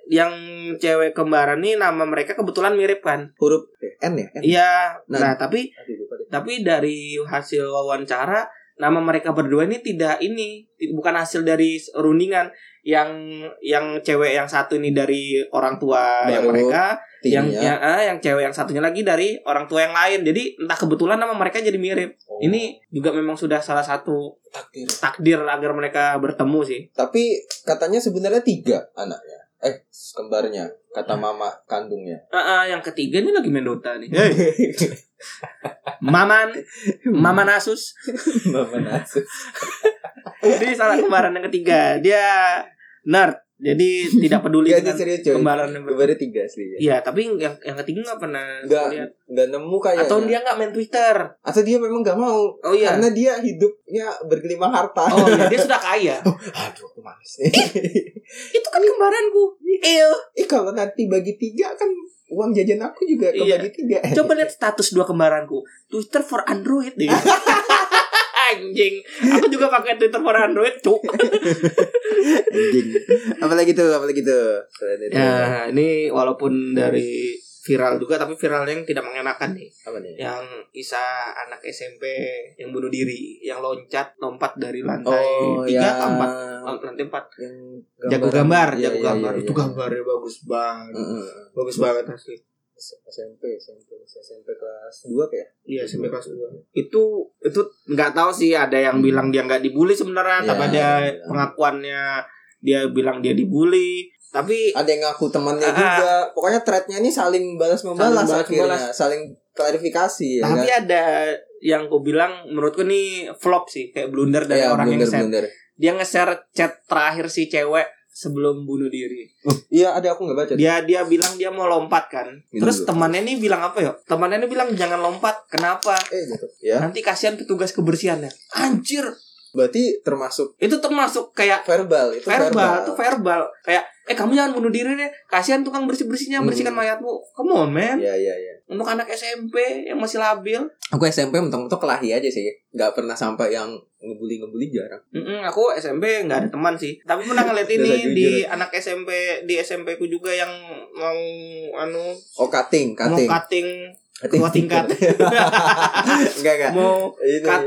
Speaker 2: yang cewek kembaran nih nama mereka kebetulan mirip kan
Speaker 1: huruf N ya? N.
Speaker 2: iya
Speaker 1: Nah.
Speaker 2: nah tapi
Speaker 1: Aduh, lupa deh.
Speaker 2: tapi dari hasil wawancara nama mereka berdua ini tidak ini ti- bukan hasil dari rundingan yang yang cewek yang satu ini dari orang tua yang
Speaker 1: Baru
Speaker 2: mereka yang
Speaker 1: Timnya.
Speaker 2: yang eh, yang cewek yang satunya lagi dari orang tua yang lain jadi entah kebetulan nama mereka jadi mirip
Speaker 1: Oh.
Speaker 2: ini juga memang sudah salah satu
Speaker 1: takdir.
Speaker 2: takdir agar mereka bertemu sih
Speaker 1: Tapi katanya sebenarnya tiga anaknya. Eh, kembarnya. Kata mama kandungnya.
Speaker 2: Eh, eh, yang ketiga ini lagi main Dota nih Maman Maman Asus
Speaker 1: mama nasu.
Speaker 2: Jadi salah kembaran yang ketiga Dia nerd Jadi tidak peduli
Speaker 1: Gak, ini
Speaker 2: dengan
Speaker 1: serius coy.
Speaker 2: kembaran yang ber-
Speaker 1: Kembarnya tiga aslinya.
Speaker 2: Iya tapi yang, yang ketiga gak pernah
Speaker 1: Nggak. Iya,
Speaker 2: lihat.
Speaker 1: Nggak nemu kayaknya.
Speaker 2: Atau dia gak main Twitter
Speaker 1: Atau dia memang gak mau.
Speaker 2: Oh iya
Speaker 1: Karena dia hidupnya bergelimang harta.
Speaker 2: Oh iya dia sudah kaya
Speaker 1: Aduh, aku males nih.
Speaker 2: Itu kan kembaranku Il
Speaker 1: eh, kalau nanti bagi tiga kan uang jajan aku juga
Speaker 2: Iya.
Speaker 1: kebagi tiga.
Speaker 2: Coba lihat status dua kembaranku Twitter for Android deh Anjing Aku juga pakai Twitter for Android cuk
Speaker 1: Anjing. Apalagi tuh, apalagi tuh. Selain itu.
Speaker 2: Ya ini walaupun dari viral juga tapi viralnya yang tidak mengenakan nih
Speaker 1: Apa nih?
Speaker 2: yang Isa anak SMP yang bunuh diri, yang loncat lompat dari lantai
Speaker 1: Oh,
Speaker 2: tiga
Speaker 1: ya.
Speaker 2: ke empat, Oh, lantai empat.
Speaker 1: Yang
Speaker 2: Jago gambar,
Speaker 1: Iya,
Speaker 2: jago
Speaker 1: iya,
Speaker 2: gambar.
Speaker 1: iya,
Speaker 2: Itu
Speaker 1: iya.
Speaker 2: gambarnya bagus banget,
Speaker 1: Heeh.
Speaker 2: bagus banget asli.
Speaker 1: SMP, SMP, SMP kelas 2 kayak.
Speaker 2: Iya, SMP kelas dua. Hmm. Itu itu nggak tahu sih ada yang bilang dia nggak dibully
Speaker 1: Iya,
Speaker 2: sebenarnya, tapi ada
Speaker 1: iya.
Speaker 2: pengakuannya dia bilang dia dibully, tapi
Speaker 1: Ada yang ngaku temannya
Speaker 2: Ah.
Speaker 1: juga. Pokoknya threadnya ini saling balas membalas
Speaker 2: Saling balas
Speaker 1: akhirnya,
Speaker 2: membalas.
Speaker 1: saling klarifikasi ya
Speaker 2: tapi
Speaker 1: kan?
Speaker 2: ada yang gue bilang menurutku nih flop sih kayak blunder dari
Speaker 1: Iya,
Speaker 2: orang yang
Speaker 1: blunder,
Speaker 2: nge-share.
Speaker 1: blunder.
Speaker 2: Dia nge-share chat terakhir si cewek sebelum bunuh diri.
Speaker 1: Iya, ada aku nggak baca.
Speaker 2: dia dia bilang dia mau lompat kan
Speaker 1: Ini
Speaker 2: terus
Speaker 1: dulu.
Speaker 2: temannya nih bilang apa ya temannya nih bilang jangan lompat kenapa
Speaker 1: Eh, gitu. Ya,
Speaker 2: nanti kasihan petugas kebersihannya anjir
Speaker 1: berarti termasuk
Speaker 2: itu termasuk kayak
Speaker 1: verbal itu verbal.
Speaker 2: verbal, itu verbal kayak eh kamu jangan bunuh diri deh kasihan tukang bersih bersihnya
Speaker 1: Hmm.
Speaker 2: bersihkan mayatmu come on man
Speaker 1: Iya, iya, iya.
Speaker 2: untuk anak SMP yang masih labil
Speaker 1: Aku SMP mentok-mentok kelahi aja sih. Nggak pernah sampai yang ngebully-ngebully jarang.
Speaker 2: Mm-mm, aku SMP nggak ada teman sih tapi pernah ngeliat
Speaker 1: Udah,
Speaker 2: ini
Speaker 1: jujur.
Speaker 2: di anak SMP di SMP ku juga yang mau anu
Speaker 1: Oh, cutting,
Speaker 2: mau
Speaker 1: cutting.
Speaker 2: cutting Gua tingkat.
Speaker 1: Enggak enggak.
Speaker 2: mau
Speaker 1: Ini.
Speaker 2: Cut.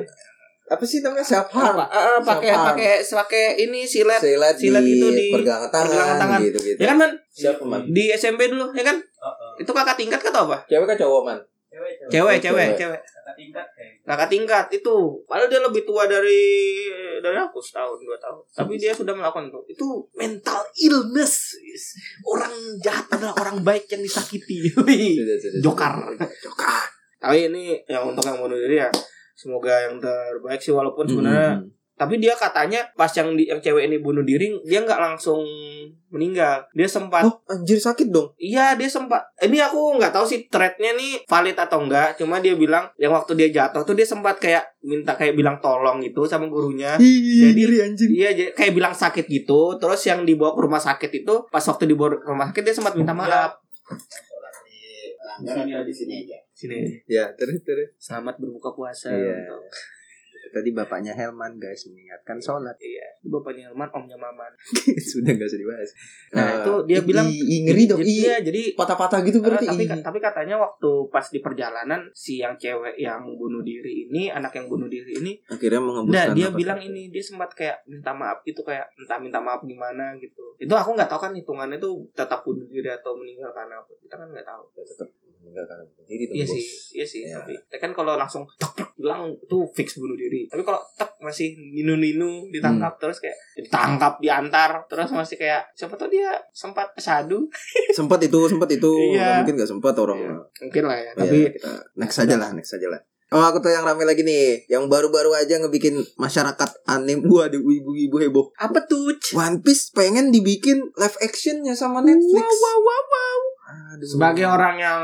Speaker 1: Apa sih namanya self
Speaker 2: apa
Speaker 1: harm?
Speaker 2: eh, eh, pakai
Speaker 1: Siapa?
Speaker 2: pakai pakai ini silet
Speaker 1: Silat,
Speaker 2: silat
Speaker 1: di,
Speaker 2: itu di
Speaker 1: pergelangan tangan,
Speaker 2: pergelangan tangan.
Speaker 1: gitu gitu.
Speaker 2: ya kan man
Speaker 1: Siapa man?
Speaker 2: di SMP dulu ya kan
Speaker 3: Heeh.
Speaker 2: itu kakak tingkat kata apa
Speaker 1: Cewek kan cowok man?
Speaker 3: Cewek
Speaker 2: cewek
Speaker 1: Oh,
Speaker 2: cewek
Speaker 1: cewek.
Speaker 2: cewek
Speaker 3: Kata tingkat kayak. gitu.
Speaker 2: kakak tingkat itu padahal dia lebih tua dari dari aku setahun dua tahun tapi dia sudah melakukan itu itu mental illness orang jahat adalah orang baik yang disakiti Wih.
Speaker 1: Sudah, sudah, sudah.
Speaker 2: Jokar.
Speaker 1: Jokar.
Speaker 2: tapi ini yang untuk yang bunuh diri ya semoga yang terbaik sih walaupun sebenarnya
Speaker 1: Mm.
Speaker 2: tapi dia katanya pas yang di, yang cewek ini bunuh diri dia nggak langsung meninggal dia sempat
Speaker 1: Oh, anjir sakit dong.
Speaker 2: Iya dia sempat Ini aku nggak tahu sih threadnya nih valid atau enggak Cuma dia bilang Yang waktu dia jatuh tuh dia sempat kayak Minta kayak bilang tolong gitu sama gurunya
Speaker 1: Ih,
Speaker 2: Jadi-
Speaker 1: diri anjir.
Speaker 2: Iya jadi kayak bilang sakit gitu Terus yang dibawa ke rumah sakit itu Pas waktu dibawa ke rumah sakit dia sempat minta maaf
Speaker 1: Iya,
Speaker 3: Sini di sini aja.
Speaker 2: Sini
Speaker 1: Ya, terus terus.
Speaker 2: Selamat berbuka puasa
Speaker 1: Iya. Tadi bapaknya Helman guys mengingatkan sholat.
Speaker 2: Iya Itu Bapaknya Herman omnya Maman
Speaker 1: Sudah nggak usah dibahas. Eh,
Speaker 2: Nah itu dia
Speaker 1: i-
Speaker 2: bilang
Speaker 1: i- i- ngeri dong.
Speaker 2: jadi,
Speaker 1: i-
Speaker 2: iya, jadi
Speaker 1: patah-patah gitu
Speaker 2: Eh,
Speaker 1: berarti.
Speaker 2: tapi
Speaker 1: i-
Speaker 2: tapi katanya waktu pas di perjalanan si yang cewek yang bunuh diri ini anak yang bunuh diri ini
Speaker 1: akhirnya mengembuskan
Speaker 2: Nah, dia
Speaker 1: napas
Speaker 2: bilang
Speaker 1: terakhir.
Speaker 2: ini dia sempat kayak minta maaf gitu kayak entah minta maaf gimana gitu. Itu aku nggak tahu kan hitungannya tuh tetap bunuh diri atau meninggal karena apa. Kita kan nggak tahu.
Speaker 1: Ya, tetap meninggalkan bunuh diri dong,
Speaker 2: Iya
Speaker 1: Bos.
Speaker 2: sih, iya sih.
Speaker 1: Iya.
Speaker 2: Tapi tapi kan kalau langsung tek tek bilang tuh fix bunuh diri. Tapi kalau tek masih ninu-ninu ditangkap
Speaker 1: Hmm.
Speaker 2: terus kayak ditangkap diantar terus masih kayak siapa tahu dia sempat sadu.
Speaker 1: sempat itu sempat itu
Speaker 2: Iya.
Speaker 1: Nggak mungkin nggak sempat orang
Speaker 2: Iya. Mungkin lah ya.
Speaker 1: Oh,
Speaker 2: Tapi
Speaker 1: ya, kita next aja lah next aja lah oh aku tuh yang rame lagi nih yang baru-baru aja ngebikin masyarakat anime waduh ibu-ibu heboh
Speaker 2: apa tuh?
Speaker 1: One Piece pengen dibikin live actionnya sama Netflix
Speaker 2: Wow, wow, wow, wow.
Speaker 1: Aduh.
Speaker 2: Sebagai orang yang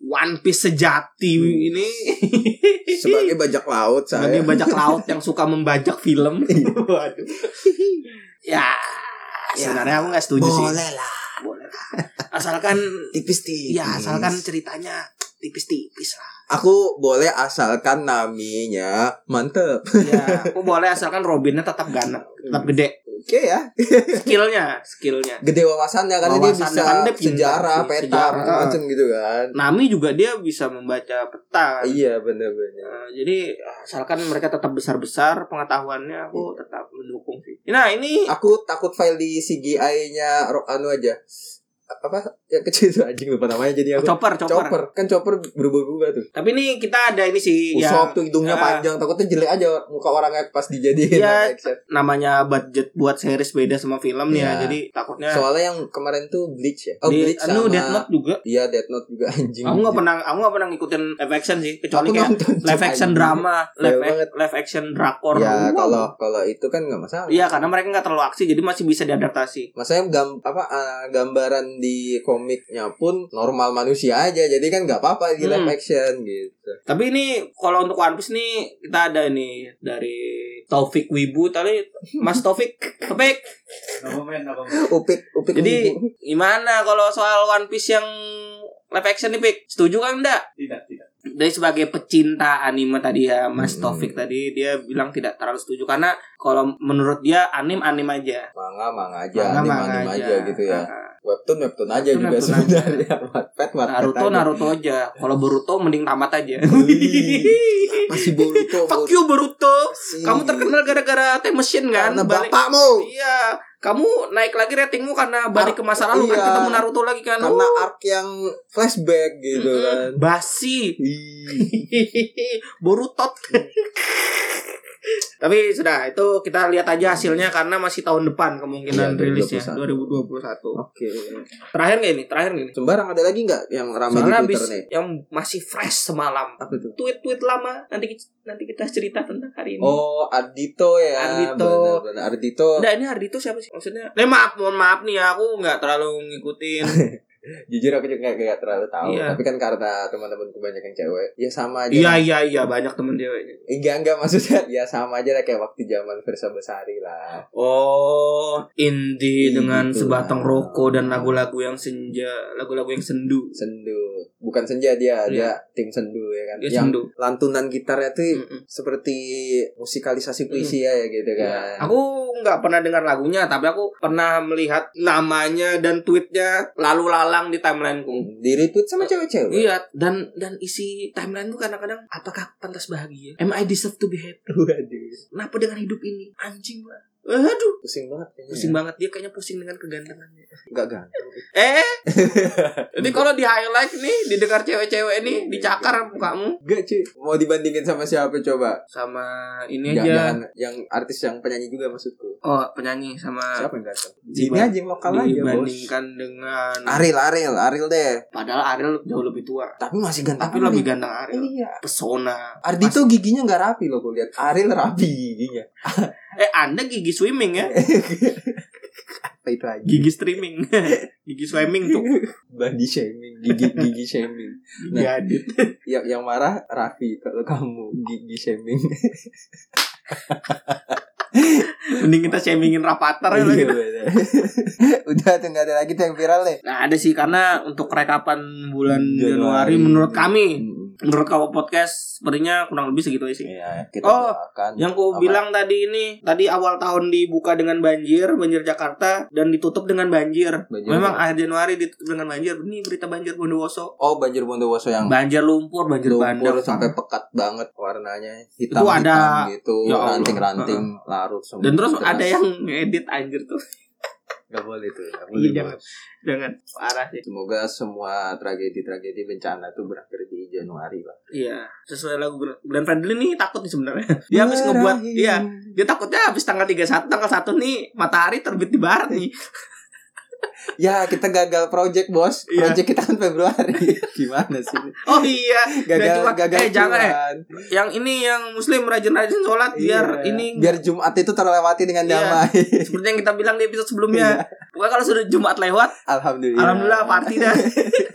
Speaker 2: One Piece sejati
Speaker 1: Hmm.
Speaker 2: ini.
Speaker 1: sebagai bajak laut saya Iya.
Speaker 2: Sebagai bajak laut yang suka membajak film. Waduh. ya, sebenarnya aku nggak setuju sih.
Speaker 1: boleh lah
Speaker 2: Boleh lah. Asalkan
Speaker 1: tipis-tipis
Speaker 2: ya asalkan ceritanya tipis-tipis lah.
Speaker 1: aku boleh asalkan naminya mantep
Speaker 2: Ya, aku boleh asalkan Robinnya tetap ganak,
Speaker 1: Iya.
Speaker 2: tetap gede.
Speaker 1: oke ya
Speaker 2: Skillnya, skillnya.
Speaker 1: gede wawasannya karena dia
Speaker 2: Wawasannya,
Speaker 1: bisa
Speaker 2: kan dia pintar
Speaker 1: sejarah
Speaker 2: sih,
Speaker 1: peta
Speaker 2: sejarah.
Speaker 1: macam-macam gitu kan
Speaker 2: Nami juga dia bisa membaca peta. kan.
Speaker 1: iya bener-bener
Speaker 2: Eh, jadi asalkan mereka tetap besar-besar pengetahuannya
Speaker 1: Iya.
Speaker 2: aku tetap mendukung sih. Nah, ini
Speaker 1: aku takut file di CGI-nya Rock Anu aja apa yang kecil itu anjing lupa namanya jadi aku
Speaker 2: chopper,
Speaker 1: Iya, chopper,
Speaker 2: chopper.
Speaker 1: kan chopper berubah-ubah tuh
Speaker 2: Tapi ini kita ada ini sih
Speaker 1: usop tuh hidungnya
Speaker 2: Ah.
Speaker 1: panjang takutnya jelek aja muka orangnya pas dijadiin ya.
Speaker 2: Iya.
Speaker 1: live action.
Speaker 2: namanya budget buat series beda sama film nih ya.
Speaker 1: Iya.
Speaker 2: Jadi takutnya
Speaker 1: soalnya yang kemarin tuh bleach ya oh
Speaker 2: di
Speaker 1: bleach
Speaker 2: anu
Speaker 1: sama
Speaker 2: Death Note juga.
Speaker 1: iya Death Note juga anjing
Speaker 2: Aku nggak pernah aku nggak pernah ngikutin live action sih kecuali
Speaker 1: Aku
Speaker 2: kayak
Speaker 1: nonton
Speaker 2: live
Speaker 1: cuy,
Speaker 2: action
Speaker 1: anjing.
Speaker 2: drama, live,
Speaker 1: Iya banget.
Speaker 2: live action drakor.
Speaker 1: ya
Speaker 2: Wow.
Speaker 1: kalau kalau itu kan nggak masalah
Speaker 2: Iya, karena mereka nggak terlalu aksi jadi masih bisa diadaptasi.
Speaker 1: Maksudnya gam, apa ah, gambaran di komiknya pun normal manusia aja, jadi kan nggak apa-apa di live
Speaker 2: Hmm.
Speaker 1: action gitu.
Speaker 2: Tapi ini kalau untuk One Piece nih kita ada nih dari Taufik Wibu tadi Mas Taufik Taufik
Speaker 3: No comment, no comment.
Speaker 1: Upik, upik.
Speaker 2: Jadi
Speaker 1: ibu.
Speaker 2: gimana kalau soal One Piece yang live action nih Pik? Setuju kan enggak?
Speaker 3: Tidak, tidak.
Speaker 2: dari sebagai pecinta anime tadi ya Mas
Speaker 1: Hmm.
Speaker 2: Taufik tadi dia bilang tidak terlalu setuju karena kalau menurut dia anime anime aja.
Speaker 1: manga manga aja,
Speaker 2: Manga,
Speaker 1: anime
Speaker 2: manga
Speaker 1: anime Ya, aja. gitu ya.
Speaker 2: Ah,
Speaker 1: Webtoon webtoon aja
Speaker 2: Webtoon,
Speaker 1: juga
Speaker 2: webtoon
Speaker 1: sebenarnya. Wattpad
Speaker 2: ah.
Speaker 1: wattpad
Speaker 2: Naruto
Speaker 1: aja.
Speaker 2: Naruto aja. Kalau Boruto mending tamat aja.
Speaker 1: Wih, Masih Boruto.
Speaker 2: Fuck you Boruto. Kamu terkenal gara-gara Time Machine kan?
Speaker 1: karena
Speaker 2: Balik-
Speaker 1: bapakmu.
Speaker 2: Iya. Kamu naik lagi ratingmu karena balik ke masa lalu kan
Speaker 1: Iya.
Speaker 2: ketemu Naruto lagi kan.
Speaker 1: Karena arc yang flashback gitu
Speaker 2: Mm-mm.
Speaker 1: kan.
Speaker 2: Basi.
Speaker 1: Ih,
Speaker 2: Borutot. Tapi sudah itu kita lihat aja hasilnya karena masih tahun depan kemungkinan ya,
Speaker 1: Iya,
Speaker 2: rilisnya
Speaker 1: 2021.
Speaker 2: 2021.
Speaker 1: Oke.
Speaker 2: Terakhir nggak ini? Terakhir nggak ini?
Speaker 1: Sembarang ada lagi nggak yang ramai di
Speaker 2: Soalnya habis
Speaker 1: Twitter nih?
Speaker 2: yang masih fresh semalam.
Speaker 1: Apa tuh?
Speaker 2: Tweet-tweet lama nanti ki- nanti kita cerita tentang hari ini.
Speaker 1: Oh, Ardito ya.
Speaker 2: Ardito.
Speaker 1: Benar-benar. Ardito
Speaker 2: Nah ini hari itu siapa sih? Maksudnya? Eh maaf, mohon maaf nih ya, aku nggak terlalu ngikutin.
Speaker 1: jujur aku juga nggak- nggak terlalu tahu
Speaker 2: Iya.
Speaker 1: tapi kan karena teman-temanku banyak yang cewek ya sama aja
Speaker 2: Iya iya iya banyak temen ceweknya.
Speaker 1: enggak enggak maksudnya ya sama aja lah kayak waktu zaman Versa Besari lah
Speaker 2: Oh, indie
Speaker 1: Iya,
Speaker 2: dengan
Speaker 1: gitu
Speaker 2: sebatang
Speaker 1: lah.
Speaker 2: rokok dan lagu-lagu yang senja, lagu-lagu yang sendu.
Speaker 1: sendu bukan senja dia, dia
Speaker 2: Iya.
Speaker 1: tim sendu ya kan.
Speaker 2: Dia
Speaker 1: yang
Speaker 2: sendu. Hmm.
Speaker 1: lantunan gitarnya tuh
Speaker 2: Mm-mm.
Speaker 1: seperti musikalisasi puisi ya ya gitu kan.
Speaker 2: Hmm. Iya. Aku nggak pernah dengar lagunya, tapi aku pernah melihat namanya dan tweetnya lalu lalang di timelineku.
Speaker 1: di retweet sama cewek-cewek.
Speaker 2: Iya, dan dan isi timeline tuh kadang-kadang apakah aku pantas bahagia? Am I deserve to be happy?
Speaker 1: Waduh,
Speaker 2: Kenapa dengan hidup ini? Anjing lah. Aduh,
Speaker 1: pusing banget kayaknya.
Speaker 2: pusing banget dia kayaknya pusing dengan kegantengannya.
Speaker 1: Enggak ganteng.
Speaker 2: Eh, jadi kalau di highlight nih, didengar cewek-cewek nih, dicakar mukamu
Speaker 1: Enggak cuy. Mau dibandingin sama siapa coba?
Speaker 2: sama ini
Speaker 1: Jangan,
Speaker 2: aja.
Speaker 1: jangan yang artis yang penyanyi juga maksudku.
Speaker 2: Oh, penyanyi sama
Speaker 1: Siapa yang ganteng? Ini
Speaker 2: Diban-
Speaker 1: aja yang lokal aja, Bos.
Speaker 2: dibandingkan dengan
Speaker 1: Aril, Aril, Aril deh.
Speaker 2: Padahal Ariel jauh lebih tua.
Speaker 1: Tapi masih ganteng.
Speaker 2: Tapi
Speaker 1: Aril.
Speaker 2: lebih ganteng Ariel.
Speaker 1: Iya.
Speaker 2: Pesona.
Speaker 1: Ardi tuh giginya nggak rapi loh gue lihat. Aril rapi giginya.
Speaker 2: Eh, Anda gigi swimming ya?
Speaker 1: Iya. Apa itu aja?
Speaker 2: Gigi streaming. gigi swimming tuh.
Speaker 1: Nah. Body shaming, gigi gigi shaming.
Speaker 2: Gigi adit.
Speaker 1: Ya, yang yang marah Raffi kalau kamu gigi shaming.
Speaker 2: Mending kita shamingin rapater ya lah
Speaker 1: Iya,
Speaker 2: gitu.
Speaker 1: bener. Udah tuh nggak ada lagi tuh yang viral deh.
Speaker 2: Nah, ada sih karena untuk rekapan bulan
Speaker 1: Januari.
Speaker 2: Hmm, Januari menurut kami,
Speaker 1: Mm.
Speaker 2: menurut kamu podcast sepertinya kurang lebih segitu aja sih.
Speaker 1: Iya, kita
Speaker 2: Oh,
Speaker 1: doakan.
Speaker 2: Yang ku
Speaker 1: Apa?
Speaker 2: bilang tadi ini, tadi awal tahun dibuka dengan banjir, banjir Jakarta dan ditutup dengan banjir.
Speaker 1: Banjir.
Speaker 2: Memang akhir Januari ditutup dengan banjir. Ini berita banjir Bondowoso.
Speaker 1: Oh, banjir Bondowoso yang
Speaker 2: Banjir lumpur, banjir bandang
Speaker 1: lumpur sampai pekat banget warnanya hitam
Speaker 2: Itu ada-
Speaker 1: gitu
Speaker 2: Ya Allah.
Speaker 1: ranting-ranting larut semua
Speaker 2: Dan terus
Speaker 1: Keras.
Speaker 2: ada yang ngedit anjir tuh.
Speaker 1: Nggak boleh tuh nggak
Speaker 2: Iya,
Speaker 1: boleh,
Speaker 2: jangan.
Speaker 1: Bos.
Speaker 2: Jangan parah sih.
Speaker 1: semoga semua tragedi-tragedi bencana tuh berakhir di Januari lah
Speaker 2: Iya, sesuai lagu Glenn- Glenn Fredly nih takut nih sebenarnya. Dia habis ngebuat iya, dia takutnya habis tanggal 31 tanggal 1 nih matahari terbit di barat nih.
Speaker 1: ya kita gagal project bos
Speaker 2: Iya.
Speaker 1: project kita kan Februari gimana sih
Speaker 2: Oh iya,
Speaker 1: gagal
Speaker 2: cuma-
Speaker 1: gagal
Speaker 2: eh, jangan, eh.
Speaker 1: cuan.
Speaker 2: yang ini yang muslim rajin-rajin sholat biar
Speaker 1: Iya.
Speaker 2: ini
Speaker 1: biar Jumat itu terlewati dengan
Speaker 2: Iya.
Speaker 1: damai
Speaker 2: seperti yang kita bilang di episode
Speaker 1: Iya.
Speaker 2: sebelumnya. Pokoknya kalau sudah Jumat lewat,
Speaker 1: alhamdulillah
Speaker 2: alhamdulillah party dah.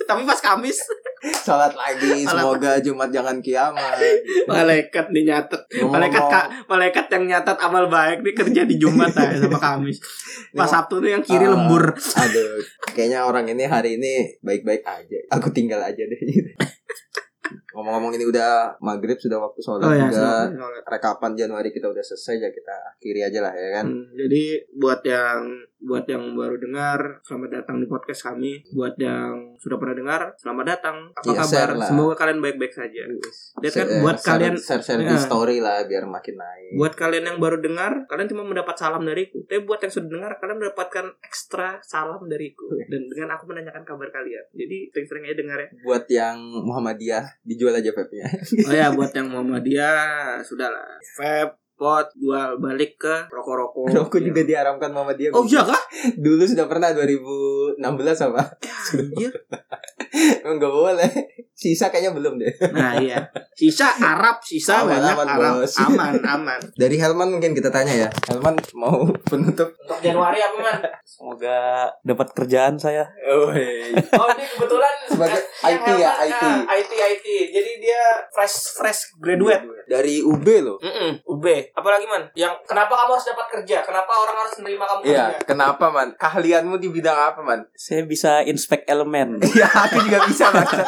Speaker 2: Tapi pas Kamis
Speaker 1: sholat lagi
Speaker 2: Sholat.
Speaker 1: semoga Jumat jangan kiamat
Speaker 2: malaikat nih nyatet. Malaikat
Speaker 1: Iya. Ngomong-ngomong,
Speaker 2: Kak, malaikat yang nyatet amal baik nih kerja di Jumat aja sama Kamis. Pas Sabtu tuh yang kiri
Speaker 1: Ah.
Speaker 2: lembur.
Speaker 1: Aduh, kayaknya orang ini hari ini baik-baik aja. Aku tinggal aja deh. Ngomong-ngomong ini udah maghrib, sudah waktu sholat
Speaker 2: Oh ya,
Speaker 1: juga.
Speaker 2: sholat- sholat.
Speaker 1: Rekapan Januari kita udah selesai ya kita akhiri aja lah ya kan.
Speaker 2: Hmm, jadi buat yang buat yang baru dengar selamat datang di podcast kami. Buat yang sudah pernah dengar selamat datang. Apa
Speaker 1: Iya,
Speaker 2: kabar?
Speaker 1: share lah. Iya,
Speaker 2: Semoga kalian baik-baik saja. Dan kan
Speaker 1: Share-
Speaker 2: buat
Speaker 1: share-
Speaker 2: kalian
Speaker 1: share share di
Speaker 2: Iya.
Speaker 1: story lah biar makin naik.
Speaker 2: buat kalian yang baru dengar kalian cuma mendapat salam dariku. Tapi buat yang sudah dengar kalian mendapatkan ekstra salam dariku dan dengan aku menanyakan kabar kalian. Jadi sering-sering aja dengar ya.
Speaker 1: buat yang Muhammadiyah dijual aja vape-nya.
Speaker 2: Oh ya buat yang Muhammadiyah sudahlah. Vape pot jual balik ke rokok-rokok.
Speaker 1: Rokok
Speaker 2: Ya.
Speaker 1: juga diharamkan Muhammadiyah.
Speaker 2: Oh iya kah?
Speaker 1: Dulu sudah pernah 2016 apa?
Speaker 2: Anjir.
Speaker 1: Emang nggak boleh. Sisa kayaknya belum deh.
Speaker 2: Nah iya Sisa Arab Sisa
Speaker 1: Aman,
Speaker 2: banyak
Speaker 1: aman,
Speaker 2: Arab
Speaker 1: Bos.
Speaker 2: Aman aman
Speaker 1: Dari Helman mungkin kita tanya ya. Helman mau penutup?
Speaker 2: Untuk Januari apa man?
Speaker 5: Semoga dapat kerjaan saya.
Speaker 1: Oh,
Speaker 4: iya,
Speaker 2: Oh ini kebetulan
Speaker 1: Sebagai
Speaker 2: yang
Speaker 1: IT ya,
Speaker 2: Helman,
Speaker 1: IT.
Speaker 2: ah, IT IT Jadi dia fresh fresh graduate
Speaker 1: Dari UB loh.
Speaker 2: Mm-mm, UB Apalagi man Yang kenapa kamu harus dapat kerja Kenapa orang harus menerima kamu
Speaker 4: Iya,
Speaker 2: kerja
Speaker 4: kenapa man? Keahlianmu di bidang apa man?
Speaker 5: Saya bisa inspect elemen.
Speaker 4: Iya, aku juga bisa baca.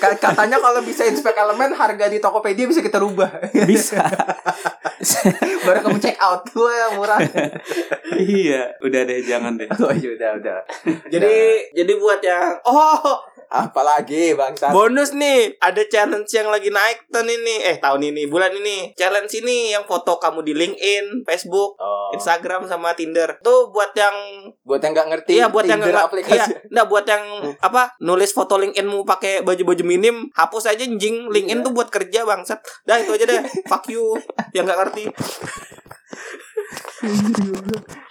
Speaker 4: Ka- Katanya kalau bisa inspect elemen harga di Tokopedia bisa kita rubah.
Speaker 5: Bisa.
Speaker 4: Baru kamu check out tuh yang murah.
Speaker 5: iya, udah deh jangan deh.
Speaker 4: Oh, iya, udah, udah.
Speaker 2: Jadi Jadi buat yang Oh
Speaker 1: Apalagi bangsa.
Speaker 2: bonus nih Ada challenge yang lagi naik tahun ini Eh tahun ini Bulan ini Challenge ini Yang foto kamu di LinkedIn Facebook
Speaker 1: Oh.
Speaker 2: Instagram sama Tinder tuh buat yang
Speaker 1: Buat yang nggak ngerti,
Speaker 2: Iya buat yang
Speaker 1: Tinder
Speaker 2: nggak iya,
Speaker 1: aplikasi.
Speaker 2: nggak, buat yang apa nulis foto LinkedIn-mu pakai baju-baju minim, hapus aja anjing. LinkedIn tuh buat kerja bangsat. Dah itu aja deh. Fuck you yang nggak ngerti.